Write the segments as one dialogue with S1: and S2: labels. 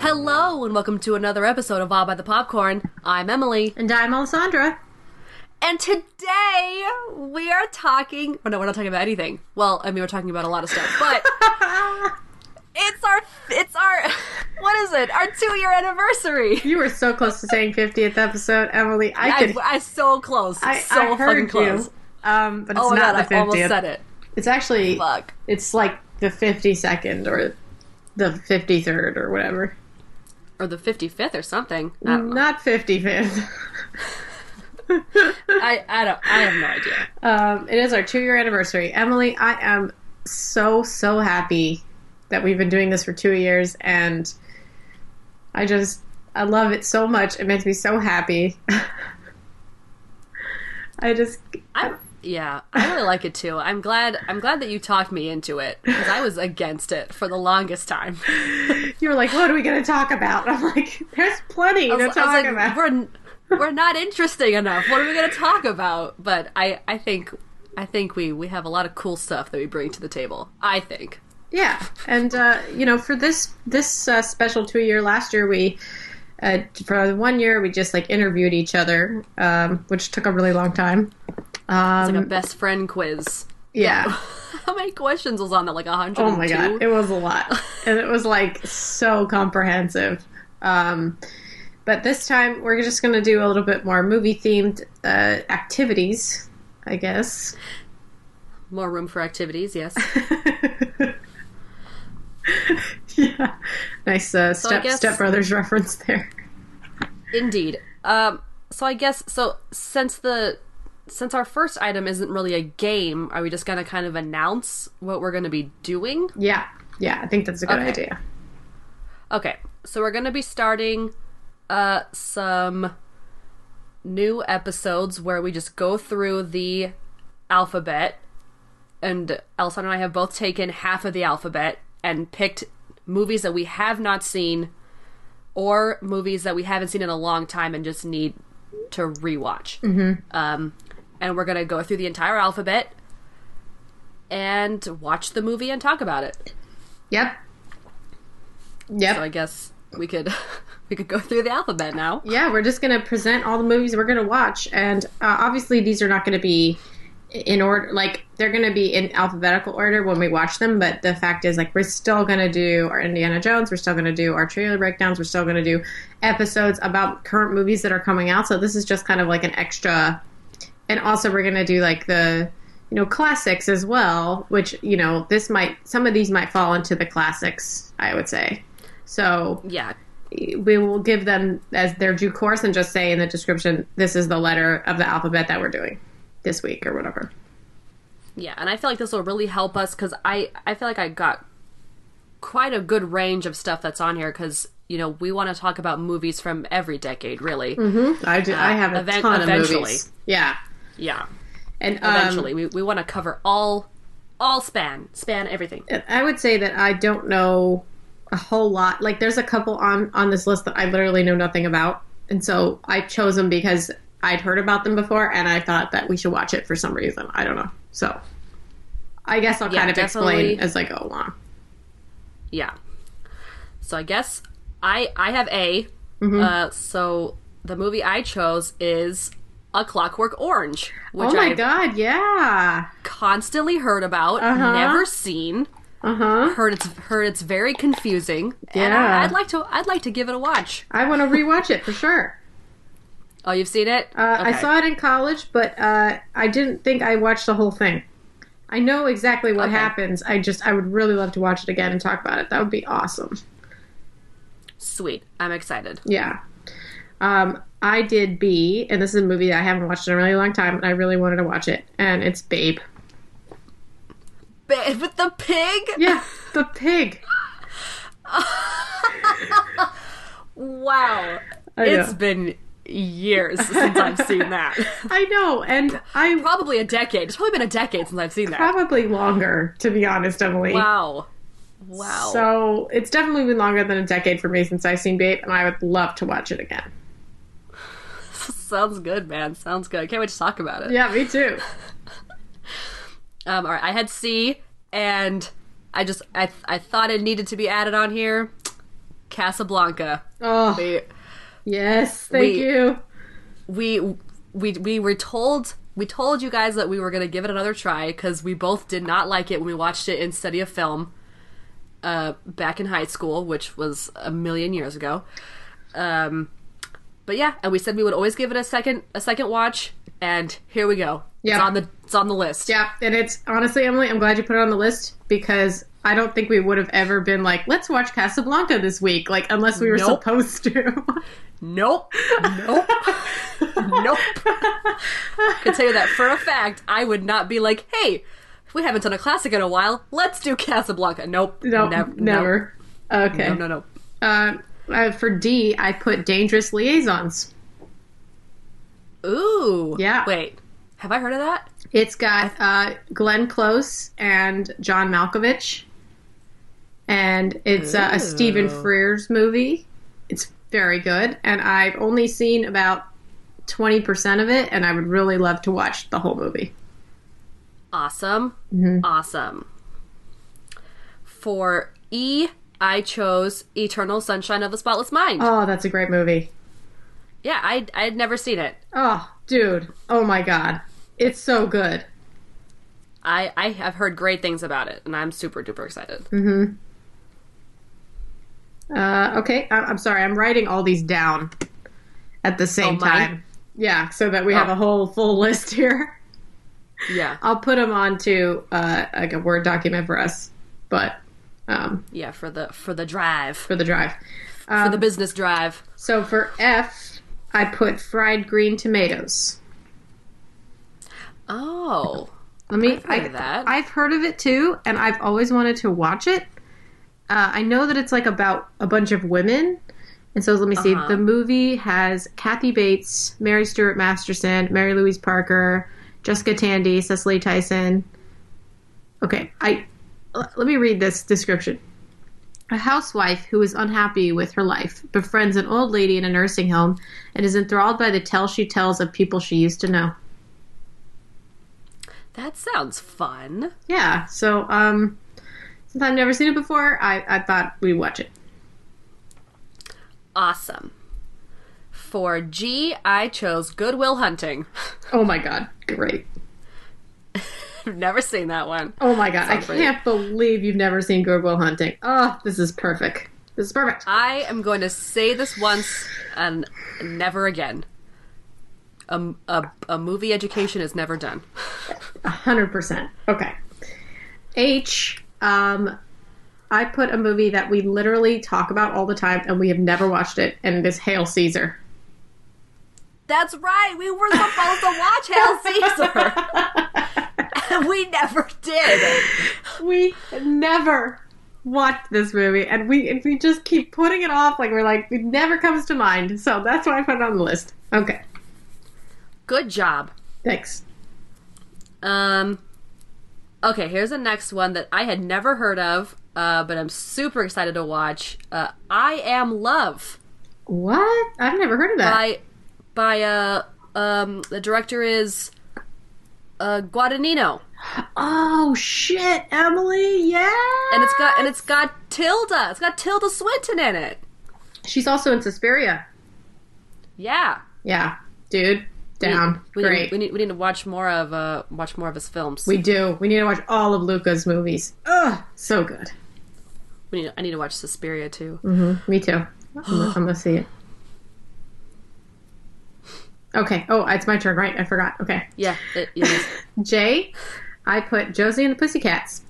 S1: Hello, and welcome to another episode of All by the Popcorn. I'm Emily.
S2: And I'm Alessandra.
S1: And today we are talking. Oh, no, we're not talking about anything. Well, I mean, we're talking about a lot of stuff, but. It's our, it's our, what is it? Our two year anniversary.
S2: You were so close to saying 50th episode, Emily. I
S1: I,
S2: could.
S1: I so close,
S2: I,
S1: so
S2: I
S1: fucking
S2: heard
S1: close.
S2: you. Um, but it's
S1: Oh my god,
S2: not the
S1: I
S2: 50th.
S1: almost said it.
S2: It's actually.
S1: Fuck.
S2: It's like the 52nd or the 53rd or whatever. Um,
S1: Or the 55th or something. I don't know.
S2: Not 55th. Mm-hmm.
S1: I, I don't, I have no idea.
S2: Um, it is our two year anniversary. Emily, I am so, so happy that we've been doing this for two years and I just, I love it so much. It makes me so happy. I just,
S1: I yeah, I really like it too. I'm glad I'm glad that you talked me into it because I was against it for the longest time.
S2: you were like, what are we going to talk about? I'm like, there's plenty
S1: I
S2: to
S1: was, I
S2: talk
S1: was like,
S2: about.
S1: we're we're not interesting enough. What are we going to talk about? But I I think I think we we have a lot of cool stuff that we bring to the table. I think.
S2: Yeah, and uh, you know, for this this uh, special two year last year, we uh, for the one year we just like interviewed each other, um, which took a really long time.
S1: It's
S2: Um,
S1: like a best friend quiz.
S2: Yeah.
S1: How many questions was on that? Like hundred.
S2: Oh my god, it was a lot, and it was like so comprehensive. Um, but this time we're just going to do a little bit more movie themed uh, activities, I guess.
S1: More room for activities. Yes.
S2: yeah, nice uh,
S1: I
S2: step
S1: guess-
S2: Step Brothers reference there.
S1: Indeed. Um, so I guess so since the since our first item isn't really a game, are we just gonna kind of announce what we're gonna be doing?
S2: Yeah, yeah, I think that's a good
S1: Okay.
S2: idea.
S1: Okay, so we're gonna be starting uh some new episodes where we just go through the alphabet and Elson and I have both taken half of the alphabet and picked movies that we have not seen or movies that we haven't seen in a long time and just need to rewatch. Mm-hmm. Um, and we're gonna go through the entire alphabet and watch the movie and talk about it.
S2: Yep. Yep.
S1: So I guess we could we could go through the alphabet now.
S2: yeah, we're just going to present all the movies we're going to watch. And uh, obviously, these are not going to be in order, like, they're going to be in alphabetical order when we watch them. But the fact is, like, we're still going to do our Indiana Jones. We're still going to do our trailer breakdowns. We're still going to do episodes about current movies that are coming out. So this is just kind of like an extra. And also, we're going to do, like, the. You know classics as well, which you know this might some of these might fall into the classics. I would say, so
S1: Yeah.
S2: we will give them as their due course and just say in the description this is the letter of the alphabet that we're doing this week or whatever
S1: Yeah, and I feel like this will really help us cuz I I feel like I got quite a good range of stuff that's on here cuz you know, we want to talk about movies from every decade, really.
S2: i do i have a
S1: Uh, event-
S2: ton
S1: eventually.
S2: of movies yeah
S1: Yeah.
S2: and um,
S1: Eventually we we want to cover all all span, span everything.
S2: i would say that i don't know a whole lot like there's a couple on on this list that i literally know nothing about and so i chose them because i'd heard about them before and i thought that we should watch it for some reason i don't know so i guess i'll
S1: Yeah,
S2: kind of
S1: definitely.
S2: explain as i go along
S1: Yeah. So I guess I I have A. Uh, so the movie I chose is A Clockwork Orange, which
S2: oh my
S1: I
S2: god yeah
S1: constantly heard about, never seen.
S2: uh-huh
S1: Heard it's heard it's very confusing. And
S2: Yeah.
S1: I, I'd like to I'd like to give it a watch.
S2: i want to rewatch it for sure
S1: Oh, you've seen it?
S2: Uh, I
S1: Okay.
S2: saw it in college, but uh, I didn't think I watched the whole thing. I know exactly what
S1: Okay.
S2: happens. I just I would really love to watch it again and talk about it. That would be awesome.
S1: Sweet. I'm excited.
S2: Yeah. Um, I did B, and this is a movie that I haven't watched in a really long time, and I really wanted to watch it, and it's Babe.
S1: Babe with the pig?
S2: Yeah, the pig.
S1: Wow.
S2: I know.
S1: It's been years since I've seen that.
S2: I know, and I
S1: Probably a decade. It's probably been a decade since I've seen that.
S2: probably longer, to be honest, Emily.
S1: Wow. Wow.
S2: So it's definitely been longer than a decade for me since I've seen Babe, and I would love to watch it again.
S1: Sounds good, man. Sounds good. Can't wait to talk about it.
S2: Yeah, me too.
S1: Um, all right, I had C, and I just I I thought it needed to be added on here. Casablanca.
S2: Oh,
S1: We
S2: yes, thank
S1: We-
S2: you.
S1: we we we were told we told you guys that we were gonna give it another try because we both did not like it when we watched it in study of film, uh, back in high school, which was a million years ago. Um, but yeah, and we said we would always give it a second a second watch, and here we go. It's
S2: Yeah.
S1: on the it's on the list.
S2: Yeah, and it's honestly, Emily, I'm glad you put it on the list because I don't think we would have ever been like, let's watch Casablanca this week, like unless we were
S1: Nope.
S2: supposed to.
S1: Nope. Nope. nope. I can tell you that for a fact. I would not be like, hey, we haven't done a classic in a while. Let's do Casablanca. Nope.
S2: no,
S1: Nev-
S2: never. Okay.
S1: No, no, no.
S2: Uh, uh, for D, I put Dangerous Liaisons.
S1: no. Ooh.
S2: Yeah.
S1: Wait. Have I heard of that?
S2: It's got uh, Glenn Close and John Malkovich, and it's uh, a Stephen Frears movie. It's very good, and I've only seen about twenty percent of it, and I would really love to watch the whole movie.
S1: Awesome.
S2: Mm-hmm.
S1: Awesome. For E, I chose Eternal Sunshine of the Spotless Mind.
S2: Oh, that's a great movie.
S1: yeah, I I had never seen it.
S2: Oh, dude. Oh my god. It's so good.
S1: I I have heard great things about it, and I'm super duper excited.
S2: Mm-hmm. Uh, okay, I- I'm sorry. I'm writing all these down at the same
S1: Oh, mine?
S2: time. Yeah, so that we have
S1: Oh.
S2: a whole full list here.
S1: Yeah.
S2: I'll put them onto uh, like a Word document for us, but um,
S1: Yeah. For the for the drive.
S2: for the drive. Um,
S1: for the business drive.
S2: so for F, I put fried green tomatoes.
S1: Oh,
S2: Let me.
S1: I've heard of that.
S2: I've heard of it too, and I've always wanted to watch it. Uh, I know that it's like about a bunch of women, and so let me
S1: Uh-huh.
S2: see. The movie has Kathy Bates, Mary Stuart Masterson, Mary Louise Parker, Jessica Tandy, Cecily Tyson. Okay, I l- let me read this description. A housewife who is unhappy with her life befriends an old lady in a nursing home and is enthralled by the tale she tells of people she used to know.
S1: that sounds fun.
S2: yeah so um since i've never seen it before i i thought we'd watch it
S1: Awesome. For G, I chose Goodwill Hunting.
S2: oh my god great
S1: I've never seen that one.
S2: oh my god i
S1: Sounds great.
S2: can't believe you've never seen goodwill hunting oh this is perfect this is perfect
S1: I am going to say this once and never again. A, a, a movie education is never done.
S2: 100% okay h um i put a movie that we literally talk about all the time and we have never watched it and it is hail caesar
S1: That's right. We were supposed to watch Hail Caesar. and we never did.
S2: we never watched this movie and we and we just keep putting it off like we're like it never comes to mind so that's why i put it on the list okay
S1: Good job.
S2: thanks
S1: Um, okay, here's the next one that I had never heard of, uh, but I'm super excited to watch. Uh, I Am Love
S2: What? I've never heard of that.
S1: by by uh um the director is uh Guadagnino,
S2: oh shit, Emily! Yeah,
S1: and it's got and it's got Tilda. It's got Tilda Swinton in it.
S2: she's also in Suspiria.
S1: Yeah.
S2: Yeah, dude, down.
S1: We,
S2: Great.
S1: Need, we need we need to watch more of uh watch more of his films.
S2: we do. We need to watch all of Luca's movies. Ugh, so good.
S1: We need, I need to watch Suspiria too.
S2: Me too. I'm gonna, I'm gonna see it. Okay. Oh, it's my turn, right? I forgot. Okay.
S1: Yeah. It, it is.
S2: Jay, I put Josie and the Pussycats.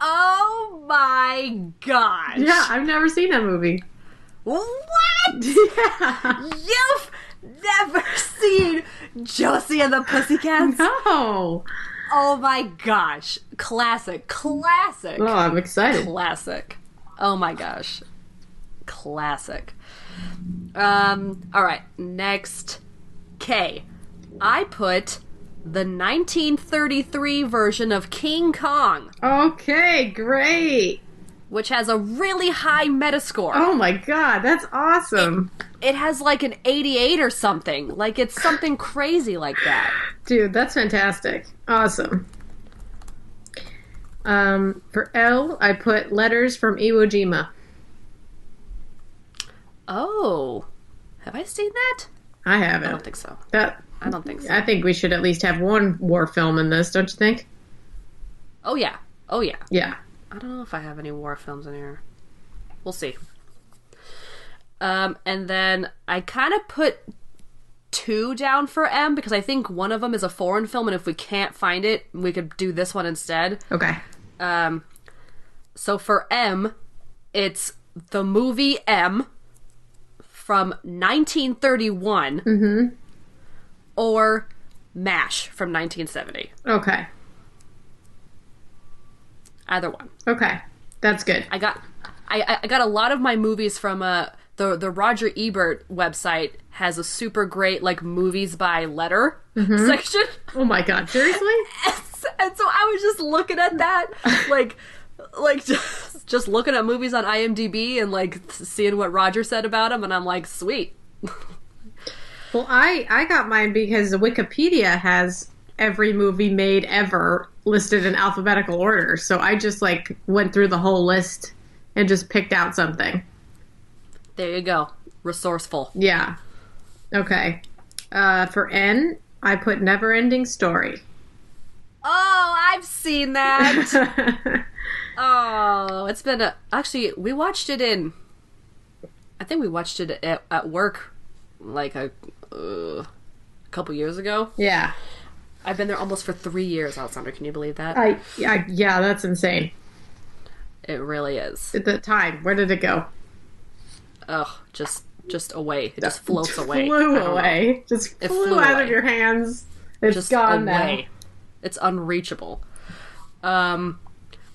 S1: oh my gosh.
S2: Yeah, I've never seen that movie.
S1: What?
S2: yeah.
S1: You've never seen Josie and the Pussycats?
S2: No.
S1: Oh my gosh. Classic. Classic.
S2: Oh, I'm excited.
S1: Classic. Oh my gosh. Classic. Um, all right. Next. K. I put the 1933 version of King Kong,
S2: Okay, great.
S1: which has a really high metascore.
S2: Oh my god, that's awesome.
S1: It has like an 88 or something. Like it's something crazy like that.
S2: Dude, that's fantastic. Awesome. Um, for L, I put letters from Iwo Jima.
S1: Oh. Have I seen that?
S2: I have
S1: I don't
S2: it.
S1: think so.
S2: That
S1: I don't think so.
S2: I think we should at least have one war film in this, don't you think?
S1: Oh yeah. Oh yeah.
S2: Yeah.
S1: I don't know if I have any war films in here. We'll see. Um, and then I kind of put two down for M because I think one of them is a foreign film, and if we can't find it, we could do this one instead.
S2: Okay.
S1: Um, so for M, it's the movie M from 1931, or Mash from 1970.
S2: Okay.
S1: Either one.
S2: Okay. That's good.
S1: I got I, I got a lot of my movies from uh the the Roger Ebert website has a super great like movies by letter section.
S2: Oh my god, seriously?
S1: and so I was just looking at that like like just, just looking at movies on IMDb and like seeing what Roger said about them and I'm like sweet.
S2: Well, I I got mine because Wikipedia has every movie made ever listed in alphabetical order. So I just like went through the whole list and just picked out something.
S1: There you go. Resourceful.
S2: Yeah. Okay. Uh, for N, I put Never Ending Story.
S1: Oh, I've seen that. oh, it's been a actually we watched it in. I think we watched it at, at work, like a uh, couple years ago.
S2: Yeah.
S1: I've been there almost for three years, Alexander. Can you believe that?
S2: I, I yeah, that's insane.
S1: it really is.
S2: At the time, where did it go?
S1: Ugh, just just away. It just floats away. I
S2: Flew
S1: don't know.
S2: away. Just
S1: It
S2: flew,
S1: flew
S2: out
S1: away.
S2: of your hands. It's
S1: just
S2: gone
S1: away. It's unreachable. Um,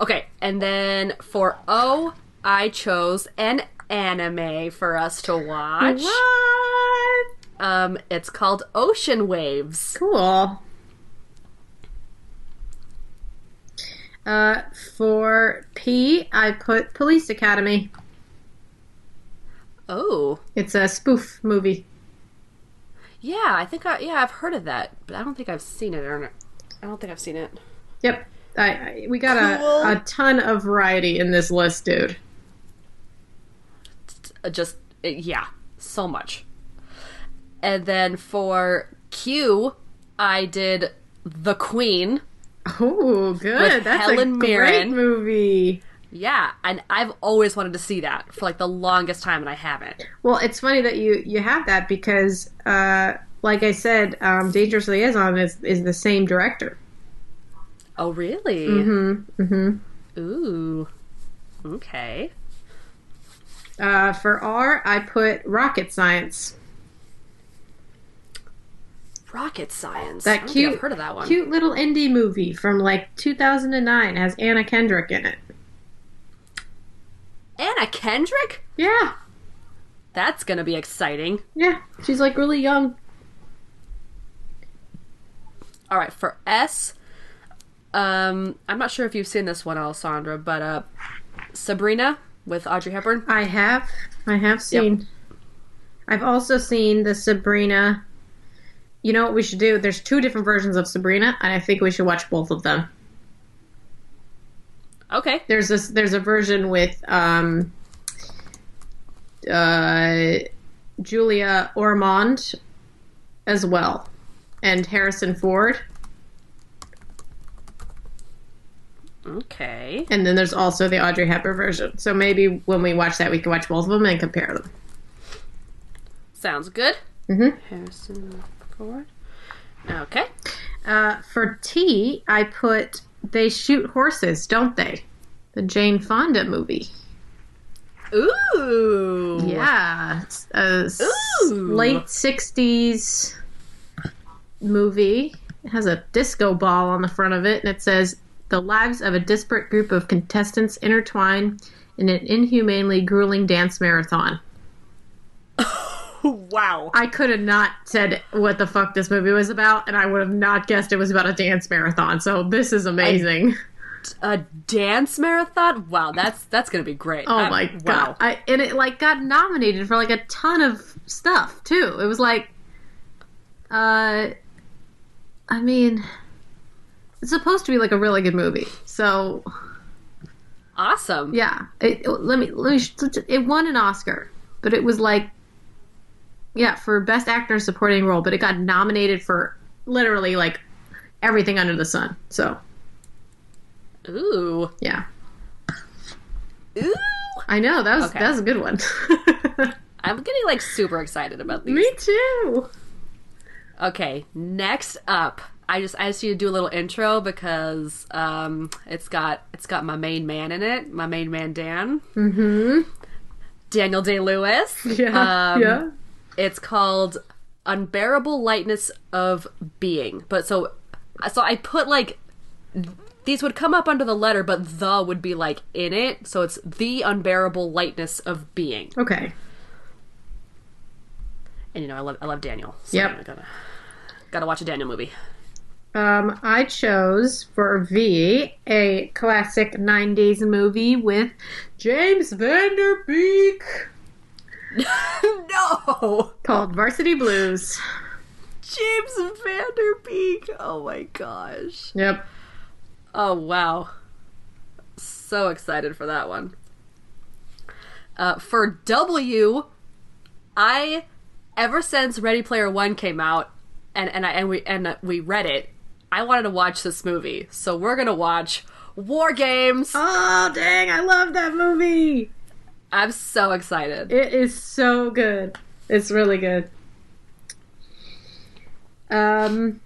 S1: okay, and then for O, I chose an anime for us to watch.
S2: now. What?
S1: Um, it's called Ocean Waves.
S2: Cool. Uh, for P, I put Police Academy.
S1: Oh,
S2: It's a spoof movie.
S1: yeah, I think I yeah I've heard of that, but I don't think I've seen it or I don't think I've seen it.
S2: Yep. I, I, we got
S1: Cool.
S2: a, a ton of variety in this list, dude.
S1: Uh, Just uh, yeah, so much. And then for Q, I did The Queen.
S2: Oh, good.
S1: With
S2: That's
S1: Helen
S2: a great
S1: Mirren.
S2: movie.
S1: Yeah, and I've always wanted to see that for like the longest time, and I haven't.
S2: Well, it's funny that you you have that because, uh, like I said, um, Dangerous Liaison is is the same director.
S1: Oh, really? Mm-hmm. mm-hmm. Ooh. Okay.
S2: Uh, for R, I put Rocket Science.
S1: Rocket science. I
S2: That
S1: don't think
S2: cute,
S1: I've heard of that one.
S2: cute little indie movie from like 2009 has Anna Kendrick in it.
S1: Anna Kendrick.
S2: Yeah,
S1: That's gonna be exciting.
S2: yeah, she's like really young.
S1: All right, for S, um, I'm not sure if you've seen this one, Alessandra, but uh, Sabrina with Audrey Hepburn.
S2: I have, I have seen. I've also seen the Sabrina. You know what we should do? There's two different versions of Sabrina, and I think we should watch both of them.
S1: Okay,
S2: There's this. There's a version with um, uh, Julia Ormond as well, and Harrison Ford.
S1: okay,
S2: And then there's also the Audrey Hepburn version. So maybe when we watch that, we can watch both of them and compare them.
S1: sounds good.
S2: Mhm.
S1: Harrison Ford. Okay.
S2: Uh, for T, I put They Shoot Horses, Don't They? The Jane Fonda movie.
S1: Ooh.
S2: Yeah, it's a s- late '60s movie. It has a disco ball on the front of it, and it says the lives of a disparate group of contestants intertwine in an inhumanely grueling dance marathon.
S1: Wow.
S2: I could have not said what the fuck this movie was about, and I would have not guessed it was about a dance marathon. So this is amazing.
S1: A dance marathon? Wow, that's that's gonna be great.
S2: oh
S1: I-
S2: my
S1: uh, wow.
S2: god! I, and it like got nominated for like a ton of stuff too. It was like, uh, I mean, it's supposed to be like a really good movie. So
S1: Awesome.
S2: yeah, it, it- let me let me. sh- It won an Oscar, but it was like, yeah, for best actor supporting role, but it got nominated for literally like everything under the sun. So
S1: Ooh.
S2: yeah,
S1: Ooh.
S2: I know that was
S1: Okay.
S2: that was a good one.
S1: I'm getting like super excited about these.
S2: me too.
S1: Okay, next up, I just I just need to do a little intro because um, it's got it's got my main man in it, my main man Dan. Mm-hmm. Daniel Day Lewis.
S2: Yeah, yeah.
S1: It's called Unbearable Lightness of Being. But so so I put like these would come up under the letter, but the would be like in it. So it's the unbearable lightness of being.
S2: Okay.
S1: And you know I love I love Daniel. So
S2: Yep.
S1: I'm gonna gotta watch a Daniel movie.
S2: Um, I chose for V a classic '90s movie with James Van Beek
S1: No.
S2: called Varsity Blues.
S1: James Vanderbeek. Oh my gosh.
S2: Yep.
S1: Oh wow. So excited for that one. Uh, for W, I ever since Ready Player One came out, and and I, and we and uh, we read it, I wanted to watch this movie. So we're gonna watch War Games.
S2: Oh dang! I love that movie.
S1: I'm so excited.
S2: It is so good. It's really good. Um,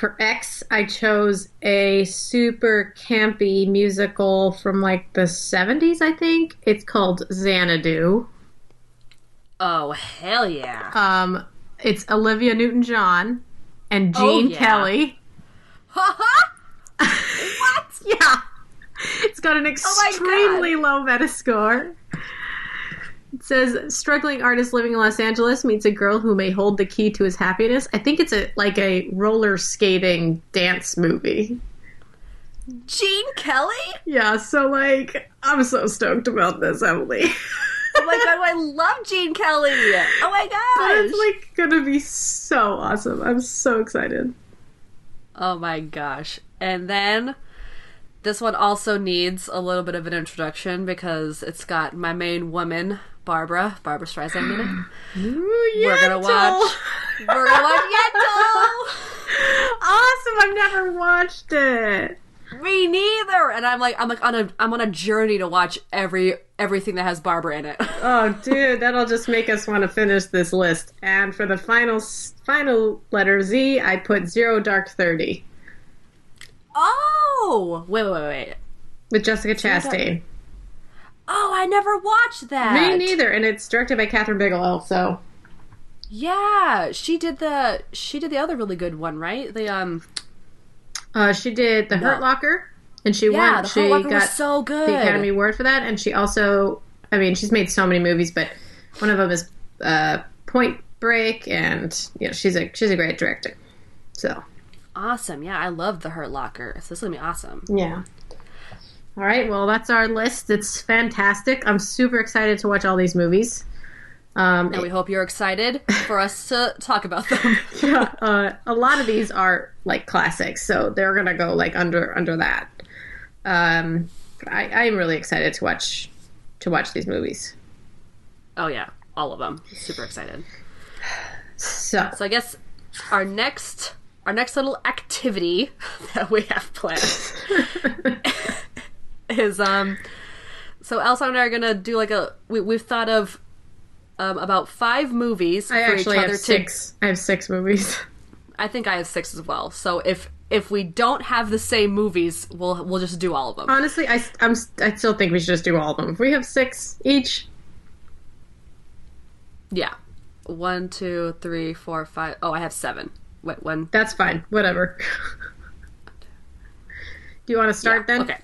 S2: for X, I chose a super campy musical from like the 70s, I think. It's called Xanadu.
S1: Oh hell yeah!
S2: Um, it's Olivia Newton John and
S1: Oh,
S2: Gene
S1: yeah.
S2: Kelly.
S1: what?
S2: Yeah. It's got an
S1: Oh my God.
S2: extremely low meta score. It says struggling artist living in Los Angeles meets a girl who may hold the key to his happiness. I think it's a like a roller skating dance movie.
S1: Gene Kelly?
S2: Yeah, so like I'm so stoked about this, Emily.
S1: Oh my god, I love Gene Kelly. Oh my gosh.
S2: it's like gonna be so awesome. I'm so excited.
S1: Oh my gosh. And then this one also needs a little bit of an introduction because it's got my main woman, Barbara, Barbara Streisand in it. We're gonna watch We're gonna watch Yentl!
S2: Awesome! I've never watched it.
S1: Me neither. And I'm like I'm like on a I'm on a journey to watch every everything that has Barbara in it.
S2: Oh, dude, that'll just make us want to finish this list. And for the final s- final letter Z, I put Zero Dark Thirty
S1: Oh wait, wait, wait, wait.
S2: with Jessica Chastain.
S1: Oh, I never watched that.
S2: Me neither, and it's directed by Catherine Bigelow. So
S1: Yeah, she did the she did the other really good one, right? The um
S2: uh, she did The Hurt
S1: No.
S2: Locker, and she
S1: yeah,
S2: won.
S1: the
S2: she
S1: Hurt Locker
S2: got
S1: was so good.
S2: the Academy Award for that, and she also, I mean, she's made so many movies, but one of them is uh, Point Break, and you know, she's a she's a great director. So
S1: Awesome. Yeah, I love the Hurt Locker. So this is gonna be awesome.
S2: Yeah. All right. Well, that's our list. It's fantastic. I'm super excited to watch all these movies. Um,
S1: And we hope you're excited for us to talk about them.
S2: yeah, uh, a lot of these are like classics, so they're gonna go like under under that. Um, I, I'm really excited to watch to watch these movies.
S1: oh yeah, all of them. Super excited.
S2: So
S1: So I guess our next our next little activity that we have planned is um so Elsa and I are gonna do like a we, we've thought of um, about five movies
S2: I
S1: for
S2: actually
S1: each other
S2: have
S1: to
S2: six. I have six movies.
S1: I think I have six as well. So if if we don't have the same movies, we'll we'll just do all of them.
S2: Honestly, I, am I still think we should just do all of them. If we have six each,
S1: Yeah. One, two, three, four, five. Oh, I have seven. Wait, one.
S2: that's fine. Whatever. do you want to start then?
S1: Okay.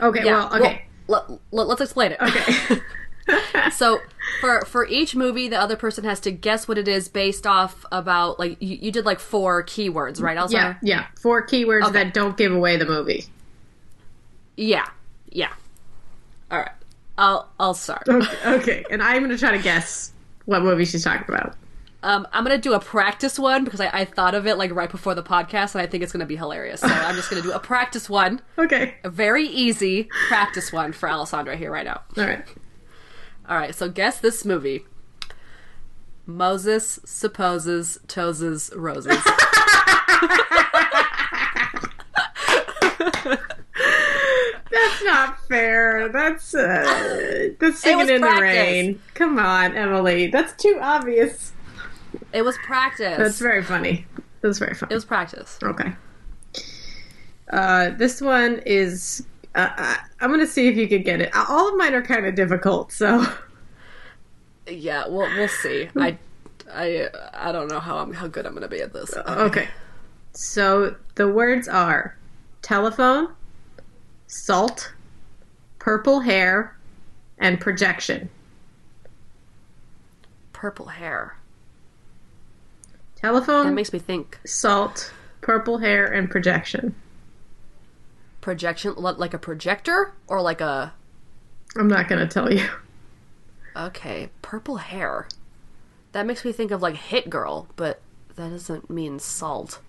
S2: Okay.
S1: Yeah.
S2: Well. Okay.
S1: Well, let, us explain it.
S2: okay.
S1: so for for each movie, the other person has to guess what it is based off about like you, you did like four keywords, right? Also,
S2: yeah. Yeah. Four keywords
S1: Okay.
S2: that don't give away the movie.
S1: yeah, yeah. All right, I'll I'll start.
S2: Okay. okay. And I'm gonna try to guess what movie she's talking about.
S1: Um, I'm gonna do a practice one because I, I thought of it like right before the podcast, and I think it's gonna be hilarious. So I'm just gonna do a practice one,
S2: Okay.
S1: a very easy practice one for Alessandra here right now.
S2: All right.
S1: All right, so guess this movie. Moses supposes toeses roses.
S2: That's not fair. That's uh, that's singing
S1: was
S2: in the
S1: practice.
S2: rain. Come on, Emily. That's too obvious.
S1: it was practice.
S2: That's very funny. That's very funny.
S1: It was practice.
S2: Okay. Uh, this one is. Uh, I- I'm gonna see if you could get it. All of mine are kind of difficult, so
S1: Yeah, we'll we'll see. I I I don't know how I'm how good I'm gonna be at this. Uh,
S2: okay. So the words are telephone, salt, purple hair, and projection.
S1: Purple hair. That
S2: Telephone,
S1: makes me think.
S2: salt, purple hair, and projection.
S1: Projection, li- like a projector or like a
S2: I'm not gonna tell you.
S1: okay. Purple hair. That makes me think of like Hit Girl, but that doesn't mean salt.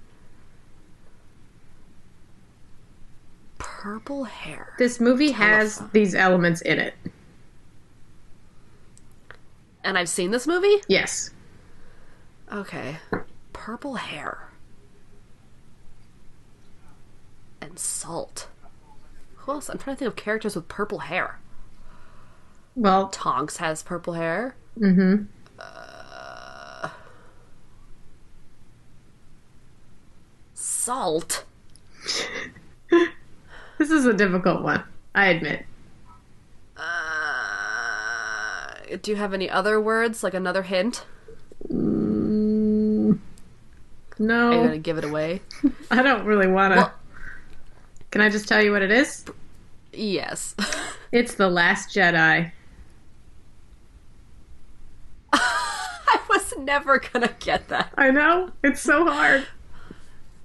S1: Purple hair.
S2: This movie has these elements in it.
S1: And I've seen this movie?
S2: Yes.
S1: Okay. Purple hair. And salt. Who else? I'm trying to think of characters with purple hair.
S2: Well,
S1: Tonks has purple hair. Mm hmm. Uh, salt.
S2: this is a difficult one. I admit.
S1: Uh, do you have any other words? Like another hint?
S2: No.
S1: Are you going to give it away?
S2: I don't really want to.
S1: Well-
S2: Can I just tell you what it is?
S1: Yes.
S2: It's The Last Jedi.
S1: I was never going to get that.
S2: I know. It's so hard.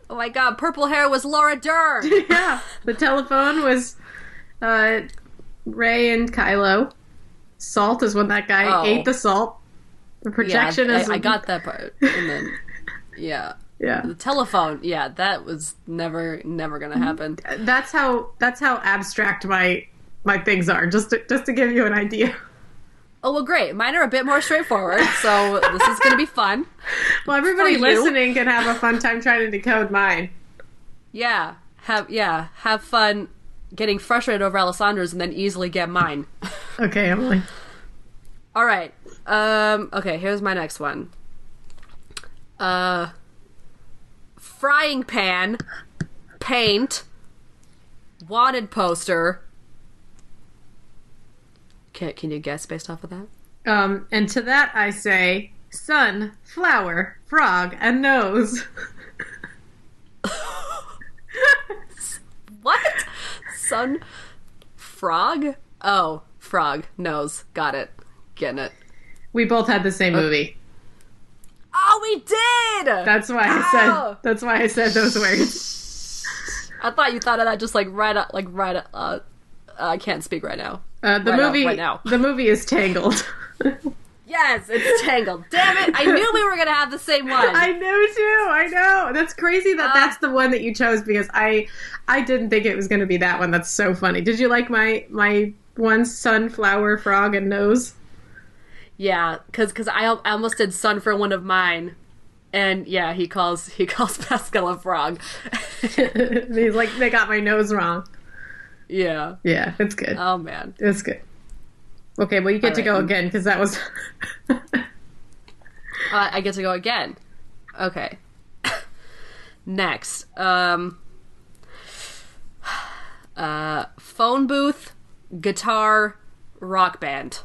S1: Oh my god, purple hair was Laura Dern!
S2: yeah. The telephone was uh, Ray and Kylo. Salt is when that guy
S1: Oh.
S2: ate the salt. The projection
S1: yeah, I-
S2: is.
S1: I, I got that part. And then, yeah,
S2: Yeah.
S1: the telephone. Yeah, that was never, never gonna
S2: Mm-hmm.
S1: happen.
S2: That's how. That's how abstract my my things are. Just to, just to give you an idea.
S1: Oh well, great. Mine are a bit more straightforward, so this is gonna be fun.
S2: Well, everybody
S1: For you.
S2: listening can have a fun time trying to decode mine.
S1: Yeah, have yeah, have fun getting frustrated over Alessandra's, and then easily get mine.
S2: Okay, Emily.
S1: All right. Um. Okay. Here's my next one. Uh. Frying pan, paint, wanted poster. Can Can you guess based off of that?
S2: Um, and to that I say sun, flower, frog, and nose.
S1: What? Sun, frog. Oh, frog nose. Got it. Getting it.
S2: We both had the same
S1: Uh,
S2: movie.
S1: Oh, we did.
S2: That's why I
S1: Ow!
S2: said that's why I said those words.
S1: I thought you thought of that just like right up, like right up. Uh, I can't speak right now.
S2: Uh, the
S1: Right now,
S2: movie
S1: right now.
S2: the movie is Tangled.
S1: Yes, it's Tangled. Damn it! I knew we were gonna have the same one.
S2: I know too. I know. That's crazy that
S1: Ah.
S2: that's the one that you chose because I I didn't think it was going to be that one. That's so funny. Did you like my my one sun, flower, frog, and nose?
S1: Yeah, because I, al- I almost did Sun for one of mine, and yeah, he calls he calls Pascal a frog.
S2: And He's like they got my nose wrong.
S1: yeah.
S2: Yeah, it's good.
S1: Oh man.
S2: That's good. Okay, well, you get to
S1: All
S2: go
S1: right.
S2: again because that was.
S1: Uh, I get to go again. Okay. Next, um, uh, phone booth, guitar, rock band.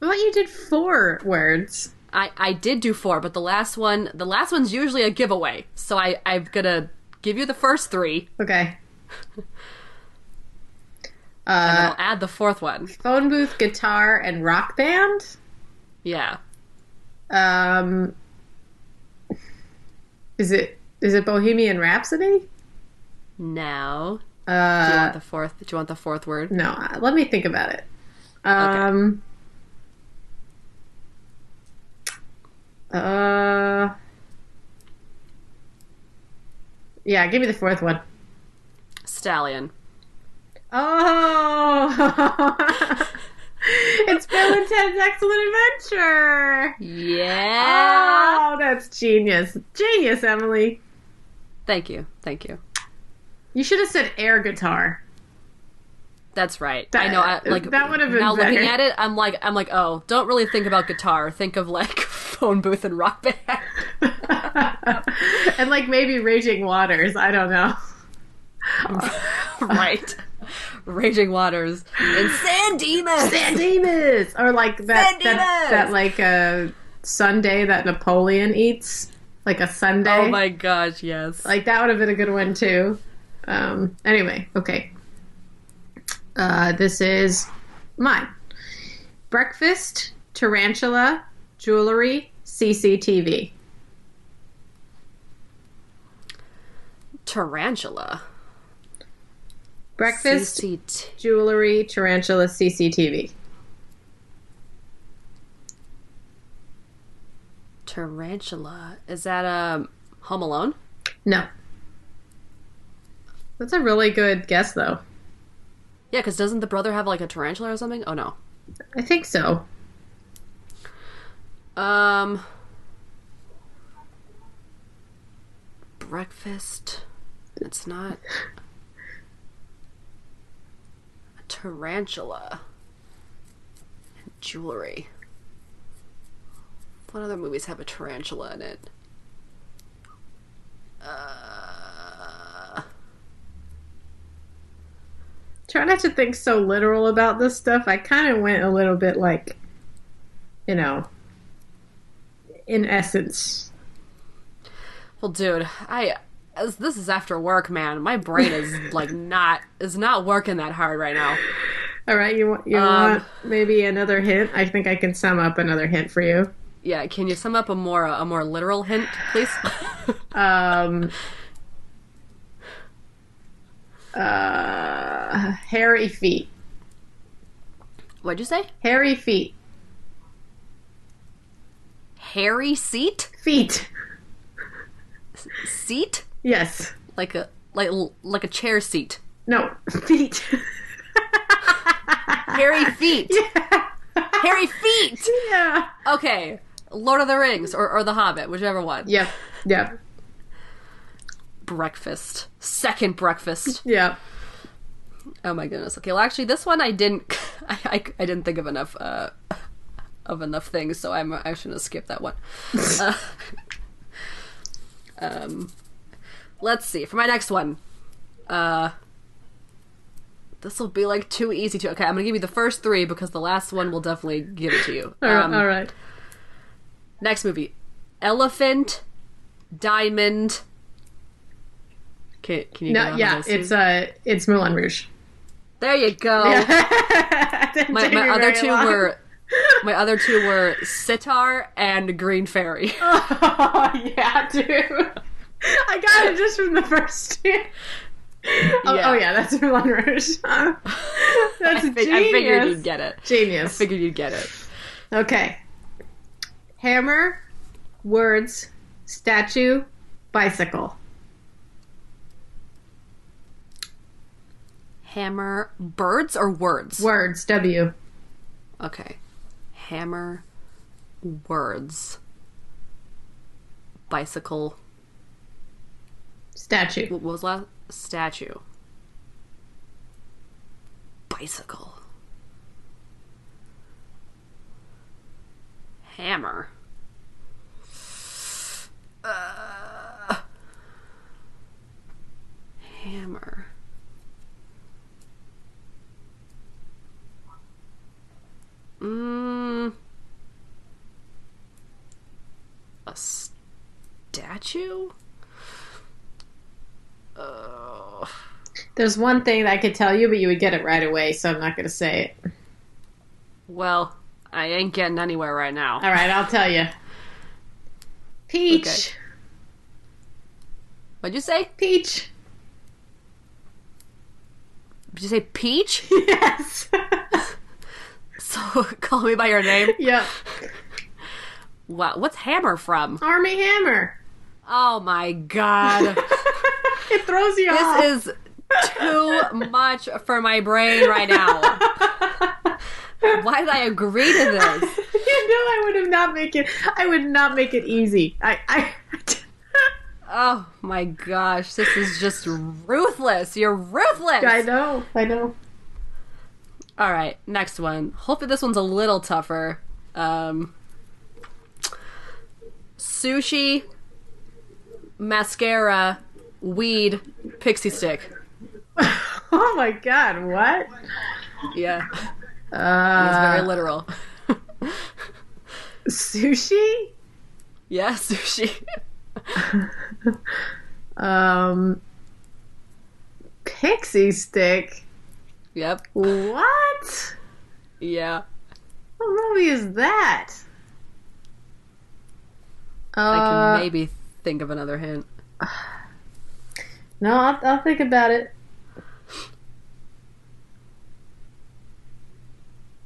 S2: I thought you did four words.
S1: I, I did do four, but the last one, the last one's usually a giveaway. So I, I'm gonna give you the first three,
S2: Okay.
S1: and
S2: Uh,
S1: I'll add the fourth one.
S2: Phone booth, guitar, and rock band.
S1: Yeah.
S2: Um, is it is it Bohemian Rhapsody?
S1: Now, do you
S2: Uh,
S1: want the fourth? Do you want the fourth word?
S2: no. uh, Let me think about it. Um. Uh. Yeah, give me the fourth one.
S1: Stallion.
S2: Oh, it's Bill and Ted's Excellent Adventure.
S1: Yeah.
S2: Oh, that's genius, genius, Emily.
S1: Thank you. Thank you.
S2: You should have said air guitar.
S1: That's right.
S2: That- uh,
S1: I know. I, like
S2: that would've been
S1: now
S2: better.
S1: looking at it, I'm like, I'm like, oh, don't really think about guitar. Think of like phone booth and rock band.
S2: and like maybe Raging Waters. I don't know.
S1: right. Raging Waters and San Dimas.
S2: San Dimas, or like that
S1: San
S2: that,
S1: Dimas!
S2: that like a Sunday that Napoleon eats, like a Sunday.
S1: oh my gosh! Yes.
S2: Like that would have been a good one too. Um, anyway, okay. Uh, this is mine. Breakfast, tarantula, jewelry, CCTV.
S1: Tarantula.
S2: Breakfast,
S1: CCT.
S2: jewelry, tarantula, CCTV.
S1: Tarantula. Is that um Home Alone?
S2: No. That's a really good guess, though.
S1: Yeah, because doesn't the brother have like a tarantula or something? Oh no.
S2: I think so.
S1: Um. Breakfast. It's not. A tarantula. And jewelry. What other movies have a tarantula in it?
S2: Try not to think so literal about this stuff. I kind of went a little bit like, you know, in essence.
S1: Well, dude, I. As, this is after work, man. My brain is like not is not working that hard right now.
S2: All right, you want you want maybe another hint? I think I can sum up another hint for you.
S1: Yeah, can you sum up a more a more literal hint, please?
S2: Um, uh, hairy feet,
S1: What'd you say?
S2: hairy feet,
S1: Hairy seat?
S2: feet.
S1: Seat?
S2: Yes,
S1: Like a like like a chair seat.
S2: no feet.
S1: Hairy feet. Hairy feet.
S2: yeah.
S1: Okay. Lord of the Rings or, or The Hobbit, whichever one.
S2: Yep. Yep.
S1: Breakfast. Second breakfast.
S2: Yep.
S1: Oh my goodness. Okay, well actually this one I didn't I, I, I didn't think of enough uh of enough things, so I'm actually gonna skip that one. Uh, um let's see. For my next one. Uh this will be like too easy to okay, I'm gonna give you the first three because the last one will definitely give it to you.
S2: All right.
S1: Um,
S2: all right.
S1: Next movie Elephant, Diamond. Can, can you get
S2: No.
S1: on
S2: Yeah.
S1: those two?
S2: It's uh. It's Moulin Rouge.
S1: There you go. my my other two were. My other two were Sitar and Green Fairy.
S2: Oh yeah, dude. I got it just from the first two. Oh,
S1: Yeah.
S2: oh, yeah, that's Moulin Rouge. That's
S1: I,
S2: genius.
S1: fig- I figured you'd get it.
S2: Genius.
S1: Figured you'd get it.
S2: Okay. Hammer, words, statue, bicycle.
S1: Hammer birds or words?
S2: Words. W.
S1: Okay. Hammer words. Bicycle.
S2: Statue.
S1: What was last statue? Bicycle. Hammer. Uh, Mm. Pikachu? Oh.
S2: There's one thing that I could tell you, but you would get it right away, so I'm not going to say it.
S1: Well, I ain't getting anywhere right now.
S2: All right, I'll tell you. Peach.
S1: Okay. What'd you say?
S2: Peach.
S1: Did you say Peach?
S2: Yes.
S1: so call me by your name.
S2: yep.
S1: Wow, what's Hammer from?
S2: Army Hammer.
S1: Oh my god.
S2: It throws you off.
S1: This is too much for my brain right now. Why did I agree to this?
S2: you know, I would have not make it. I would not make it easy. I. I
S1: Oh my gosh, this is just ruthless. You're ruthless.
S2: I know, I know.
S1: All right, next one. Hopefully, this one's a little tougher. Um, sushi, mascara, weed, pixie stick.
S2: Oh my god, what?
S1: Yeah, it's
S2: Uh,
S1: very literal.
S2: Sushi?
S1: yeah, sushi.
S2: Um, pixie stick?
S1: yep.
S2: What?
S1: Yeah.
S2: What movie is that?
S1: I
S2: Uh,
S1: can maybe think of another hint.
S2: no, I'll, I'll think about it.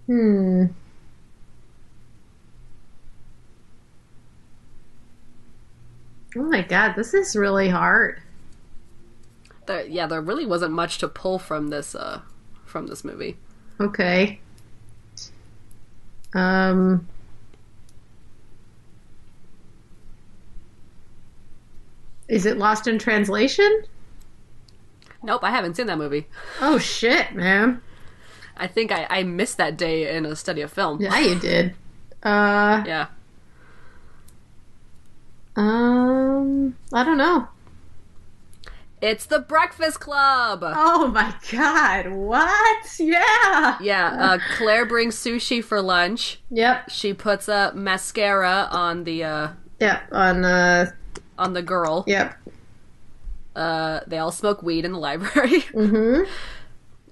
S2: Hmm. Oh my god, this is really hard.
S1: There, yeah, there really wasn't much to pull from this uh, from this movie.
S2: Okay. Um. Is it lost in translation?
S1: Nope, I haven't seen that movie.
S2: Oh shit, man.
S1: I think I, I missed that day in a study of film.
S2: Yeah, you did. Uh,
S1: yeah.
S2: um, I don't know.
S1: It's the Breakfast Club.
S2: Oh my god, what? Yeah.
S1: Yeah, uh, Claire brings sushi for lunch.
S2: Yep.
S1: She puts a mascara on the uh,
S2: Yep. On uh,
S1: on the girl.
S2: yep.
S1: Uh, they all smoke weed in the library,
S2: Mhm.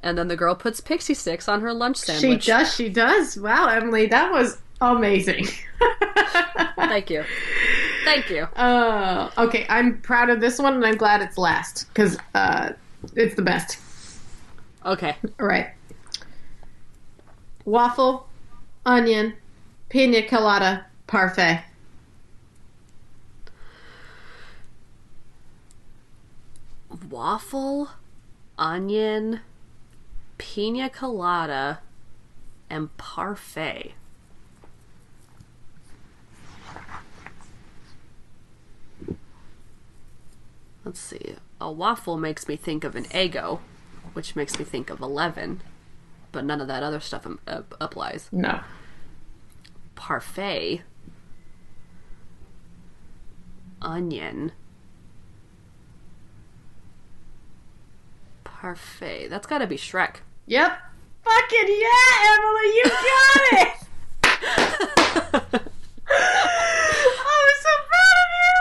S1: and then the girl puts pixie sticks on her lunch
S2: She
S1: sandwich.
S2: does. She does. Wow, Emily, that was amazing.
S1: Thank you, thank you.
S2: Uh, okay, I'm proud of this one, and I'm glad it's last because uh, it's the best.
S1: Okay,
S2: All right, waffle, onion, pina colada, parfait.
S1: waffle, onion, pina colada, and parfait. Let's see. A waffle makes me think of an Eggo, which makes me think of 11, but none of that other stuff um, uh, applies.
S2: No,
S1: Parfait, onion, parfait. That's gotta be Shrek.
S2: yep, fucking yeah, Emily, you got it. I'm so proud of you.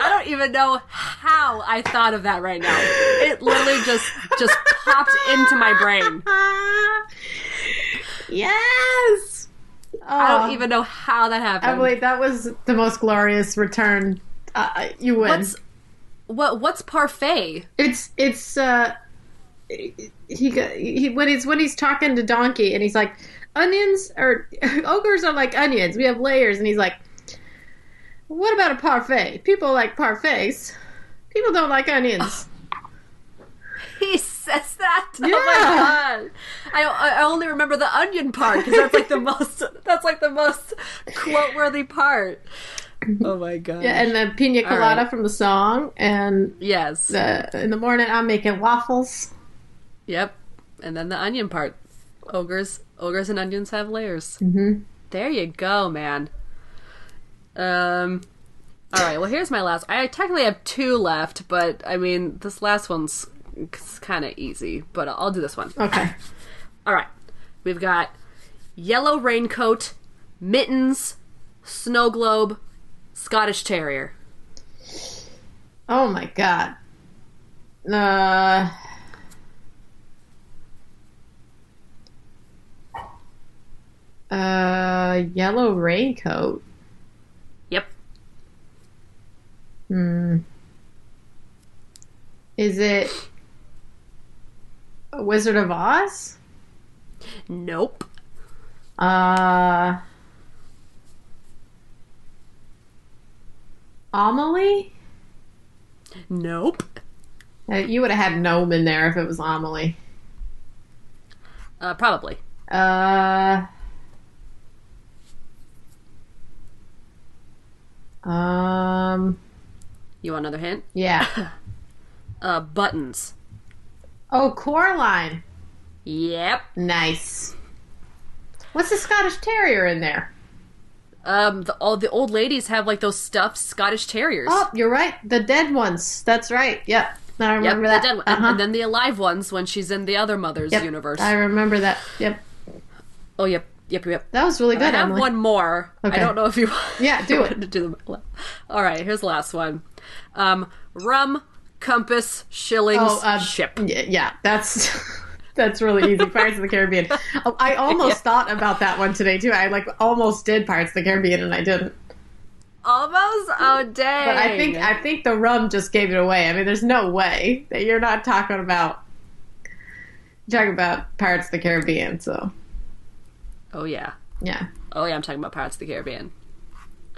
S1: I don't even know how I thought of that right now. It literally just just popped into my brain.
S2: Ah, yes.
S1: I don't even know how that happened.
S2: Emily, that was the most glorious return. Uh, you win.
S1: what's what what's parfait?
S2: It's it's uh he got he when he's when he's talking to Donkey and he's like onions or ogres are like onions. We have layers and he's like what about a parfait? People like parfaits. People don't like onions.
S1: He says that.
S2: Yeah.
S1: Oh my god! I, I only remember the onion part because that's like the most that's like the most quote worthy part. Oh my god!
S2: Yeah, and the pina colada
S1: right.
S2: from the song and
S1: yes.
S2: uh, in the morning I'm making waffles.
S1: Yep. And then the onion part. Ogres, ogres, and onions have layers.
S2: Mhm.
S1: There you go, man. Um. All right. Well, here's my last. I technically have two left, but I mean, this last one's kind of easy. But I'll- I'll do this one.
S2: Okay.
S1: All right. We've got yellow raincoat, mittens, snow globe, Scottish terrier.
S2: Oh my god. Uh, uh, yellow raincoat.
S1: Yep.
S2: Hmm. Is it Wizard of Oz?
S1: Nope.
S2: Uh, Amelie?
S1: Nope.
S2: Uh, you would have had gnome in there if it was Amelie.
S1: Uh, probably.
S2: Uh. Um.
S1: You want another hint?
S2: Yeah.
S1: Uh, buttons.
S2: Oh, Coraline.
S1: Yep.
S2: Nice. What's the Scottish Terrier in there?
S1: Um, the, all the old ladies have like those stuffed Scottish terriers.
S2: Oh, you're right. The dead ones. That's right. Yep. I
S1: yep.
S2: remember
S1: the
S2: that.
S1: dead one. And,
S2: Uh-huh.
S1: and then the alive ones when she's in the other mother's
S2: Yep.
S1: universe.
S2: I remember that. Yep.
S1: oh, yep. Yep. Yep.
S2: That was really
S1: I
S2: good.
S1: have
S2: Emily.
S1: one more.
S2: Okay.
S1: I don't know if you.
S2: Yeah, do it.
S1: to do them. All right. Here's the last one. Um, rum, compass, shillings,
S2: Oh, uh,
S1: ship.
S2: Y- yeah, that's that's really easy. Pirates of the Caribbean. Oh, I almost thought about that one today too. I like almost did Pirates of the Caribbean and I didn't.
S1: Almost. Oh, dang.
S2: But I think I think the rum just gave it away. I mean, there's no way that you're not talking about talking about Pirates of the Caribbean. So
S1: oh yeah.
S2: yeah,
S1: Oh yeah. I'm talking about Pirates of the Caribbean.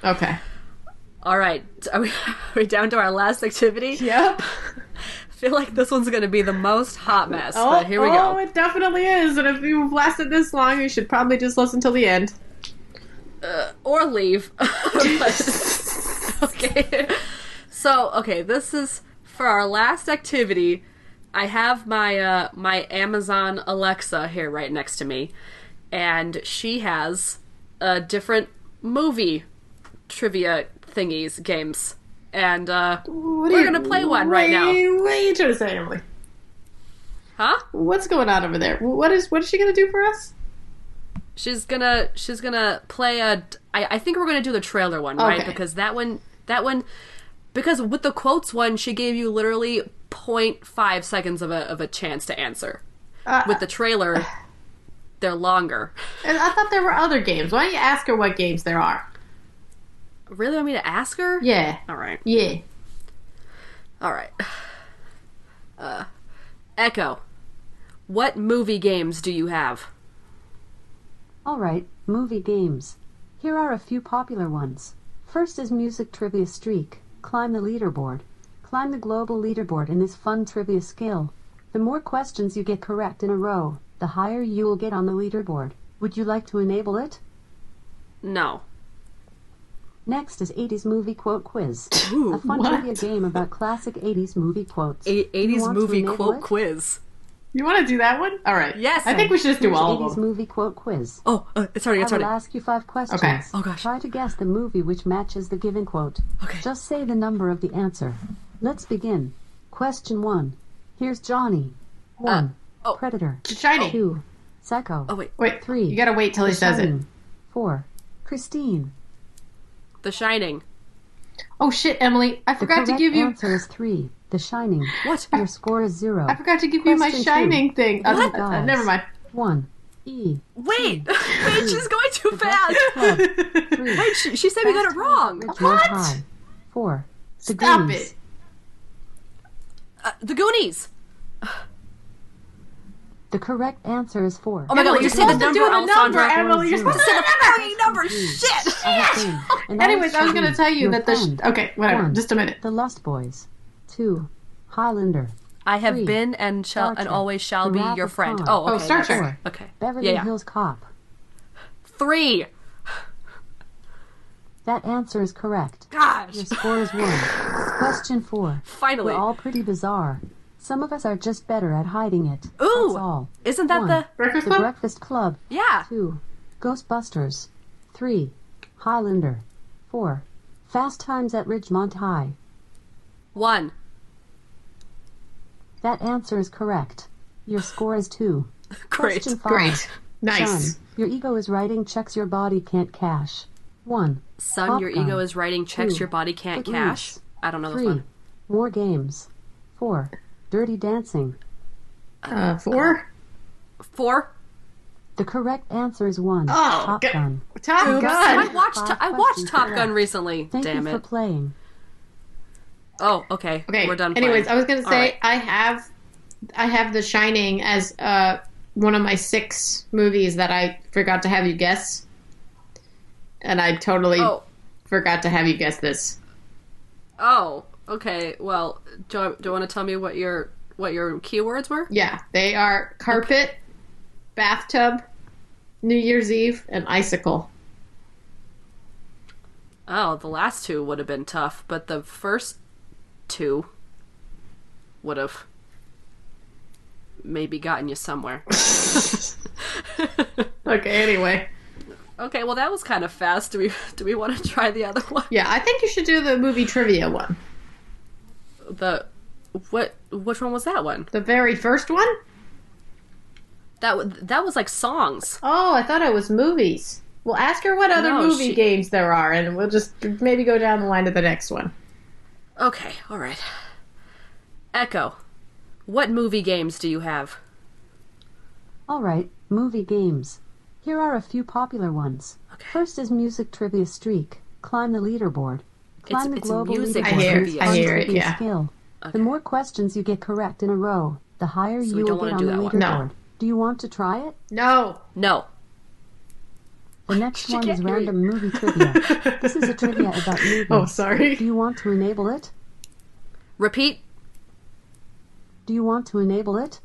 S2: okay,
S1: All right. Are we, are we down to our last activity?
S2: yep.
S1: I feel like this one's going to be the most hot mess. but here we
S2: oh,
S1: go.
S2: it definitely is. And if you've lasted this long, you should probably just listen till the end.
S1: or leave. okay. So, okay, this is for our last activity. I have my uh my Amazon Alexa here right next to me and she has uh different movie trivia thingies games. And uh
S2: What are
S1: We're
S2: you-
S1: gonna play one right now.
S2: Wait, What are you trying to say, Emily?
S1: huh?
S2: What's going on over there? What is what is she gonna do for us?
S1: She's gonna she's gonna play a. I, I think we're gonna do the trailer one, right?
S2: Okay.
S1: Because that one that one because with the quotes one, she gave you literally 0.5 seconds of a of a chance to answer.
S3: Uh,
S1: with the trailer, they're longer.
S2: And I thought there were other games. Why don't you ask her what games there are?
S1: Really want me to ask her?
S2: Yeah,
S1: All right.
S2: yeah.
S1: All right. Uh, Echo, what movie games do you have?
S3: All right, movie games. Here are a few popular ones. First is Music Trivia Streak, Climb the Leaderboard. Climb the global leaderboard in this fun trivia skill. The more questions you get correct in a row, the higher you will get on the leaderboard. Would you like to enable it?
S1: No.
S3: Next is 80s Movie Quote Quiz, a fun
S2: what?
S3: trivia game about classic 80s movie quotes.
S1: A- 80s
S3: want to
S1: movie
S3: enable
S1: quote
S3: it?
S1: quiz.
S2: You want to do that one? All right.
S1: Yes.
S2: I think we should just do
S3: Here's
S2: all
S3: 80s
S2: of them.
S3: Movie Quote Quiz.
S1: Oh, uh, it's already,
S3: I
S1: it's
S3: will
S1: already.
S3: ask you five questions.
S2: Okay.
S1: Oh, gosh.
S3: Try to guess the movie which matches the given quote.
S1: Okay.
S3: Just say the number of the answer. Let's begin. Question one. Here's Johnny. One.
S2: Ah,
S1: oh.
S3: Predator.
S2: Shiny.
S3: Two. Psycho.
S1: Oh, wait.
S2: Wait,
S3: Three.
S2: You gotta wait till he says it.
S3: Shining. Four. Christine.
S1: The Shining.
S2: Oh shit, Emily! I
S3: The
S2: forgot to
S3: correct
S2: give you.
S3: answer is three. The Shining.
S1: What?
S3: Your score is zero.
S2: I forgot to give you my
S3: Question two.
S2: shining thing. Uh,
S3: What?
S2: uh, uh, never mind.
S3: One. E.
S1: Wait,
S3: Hmm.
S1: wait, she's going too fast.
S3: Breakfast Club. Three.
S1: Wait, she, she said we got it wrong.
S3: Richmond High. Four. The
S2: Stop
S3: Goonies.
S2: it.
S1: Uh, the Goonies.
S3: The correct answer is four.
S1: Oh my god,
S2: Emily,
S1: when you
S2: you're
S1: say the
S2: supposed to
S1: number,
S2: do the number,
S1: Alessandra.
S2: Emily. You're supposed to say the number.
S1: Three number, shit.
S3: And
S2: Anyways, I was gonna
S3: Shaheen,
S2: tell you
S3: your
S2: that the sh-
S3: friend.
S2: okay, whatever.
S3: One.
S2: Just a minute.
S3: The Lost Boys. Two. Highlander.
S1: I have
S3: Three.
S1: been and shall
S3: Star
S1: and
S3: Trek.
S1: always shall
S3: The
S1: be
S3: Wrath
S1: your
S3: of
S1: friend.
S3: Khan.
S1: Oh, okay.
S2: Oh, Star
S1: that's-
S2: Trek.
S1: Okay.
S3: Beverly
S1: yeah, yeah.
S3: Hills Cop.
S1: Three.
S3: That answer is correct.
S1: Gosh.
S3: Your score is one. Question four.
S1: Finally.
S3: We're all pretty bizarre. Some of us are just better at hiding it. That's
S1: Ooh.
S3: all.
S1: Isn't that
S3: One.
S1: the
S2: Breakfast
S3: The
S2: Club.
S3: Breakfast Club.
S1: Yeah.
S3: Two. Ghostbusters. Three. Highlander. Four. Fast Times at Ridgemont High.
S1: One.
S3: That answer is correct. Your score is two.
S1: Great.
S3: Question five.
S2: Great. Nice.
S3: Son, your ego is writing checks your body can't cash. One.
S1: Son, your
S3: Top Gun.
S1: ego is writing checks
S3: Two.
S1: your body can't
S3: The
S1: cash.
S3: Goonies.
S1: I don't know this
S3: Three.
S1: one.
S3: War Games. 4. Dirty Dancing.
S2: Uh, four.
S1: Four.
S3: The correct answer is 1.
S2: Oh,
S3: Top
S2: good.
S3: Gun.
S2: Top
S1: I
S2: Gun.
S1: watched.
S3: Five
S1: I watched
S3: questions
S1: Top
S3: correct.
S1: Gun recently.
S3: Oh, Thank
S1: Damn
S3: you
S1: it.
S3: for playing.
S1: oh, okay.
S2: Okay.
S1: We're done.
S2: Anyways,
S1: playing.
S2: I was gonna
S1: All
S2: say
S1: right.
S2: I have, I have The Shining as uh one of my six movies that I forgot to have you guess, and I totally
S1: Oh.
S2: forgot to have you guess this.
S1: Oh. Okay. Well, do, I- do you want to tell me what your what your keywords were?
S2: Yeah, they are carpet, bathtub, New Year's Eve, and icicle.
S1: Oh, the last two would have been tough, but the first two would have maybe gotten you somewhere.
S2: Okay. Anyway,
S1: Okay, well that was kind of fast. Do we do we want to try the other one?
S2: yeah, I think you should do the movie trivia one.
S1: The what which one was that one?
S2: The very first one?
S1: That wa- that was like songs.
S2: Oh, I thought it was movies. Well, ask her what other
S1: No,
S2: movie
S1: she-
S2: games there are, and we'll just maybe go down the line to the next one.
S1: Okay, all right. Echo. What movie games do you have?
S3: All right, movie games. Here are a few popular ones. First is Music Trivia Streak. Climb the leaderboard. Climb the
S1: it's
S3: global
S1: music
S3: leaderboard.
S2: I hear-
S3: is
S2: I
S3: fun
S2: hear it,
S3: trivia
S2: yeah.
S3: Skill. The more questions you get correct in a row, the higher
S1: So we
S3: you
S1: don't
S3: will
S1: wanna
S3: get on
S1: do
S3: the
S1: that one.
S3: leaderboard.
S2: No.
S3: Do you want to try it?
S2: No.
S1: No.
S3: The next
S1: you
S3: one
S1: get
S3: is
S1: me?
S3: random movie trivia. this is a trivia about movies.
S2: Oh,
S3: Do
S2: sorry.
S3: you want to enable it?
S1: Repeat
S3: Do you want to enable it?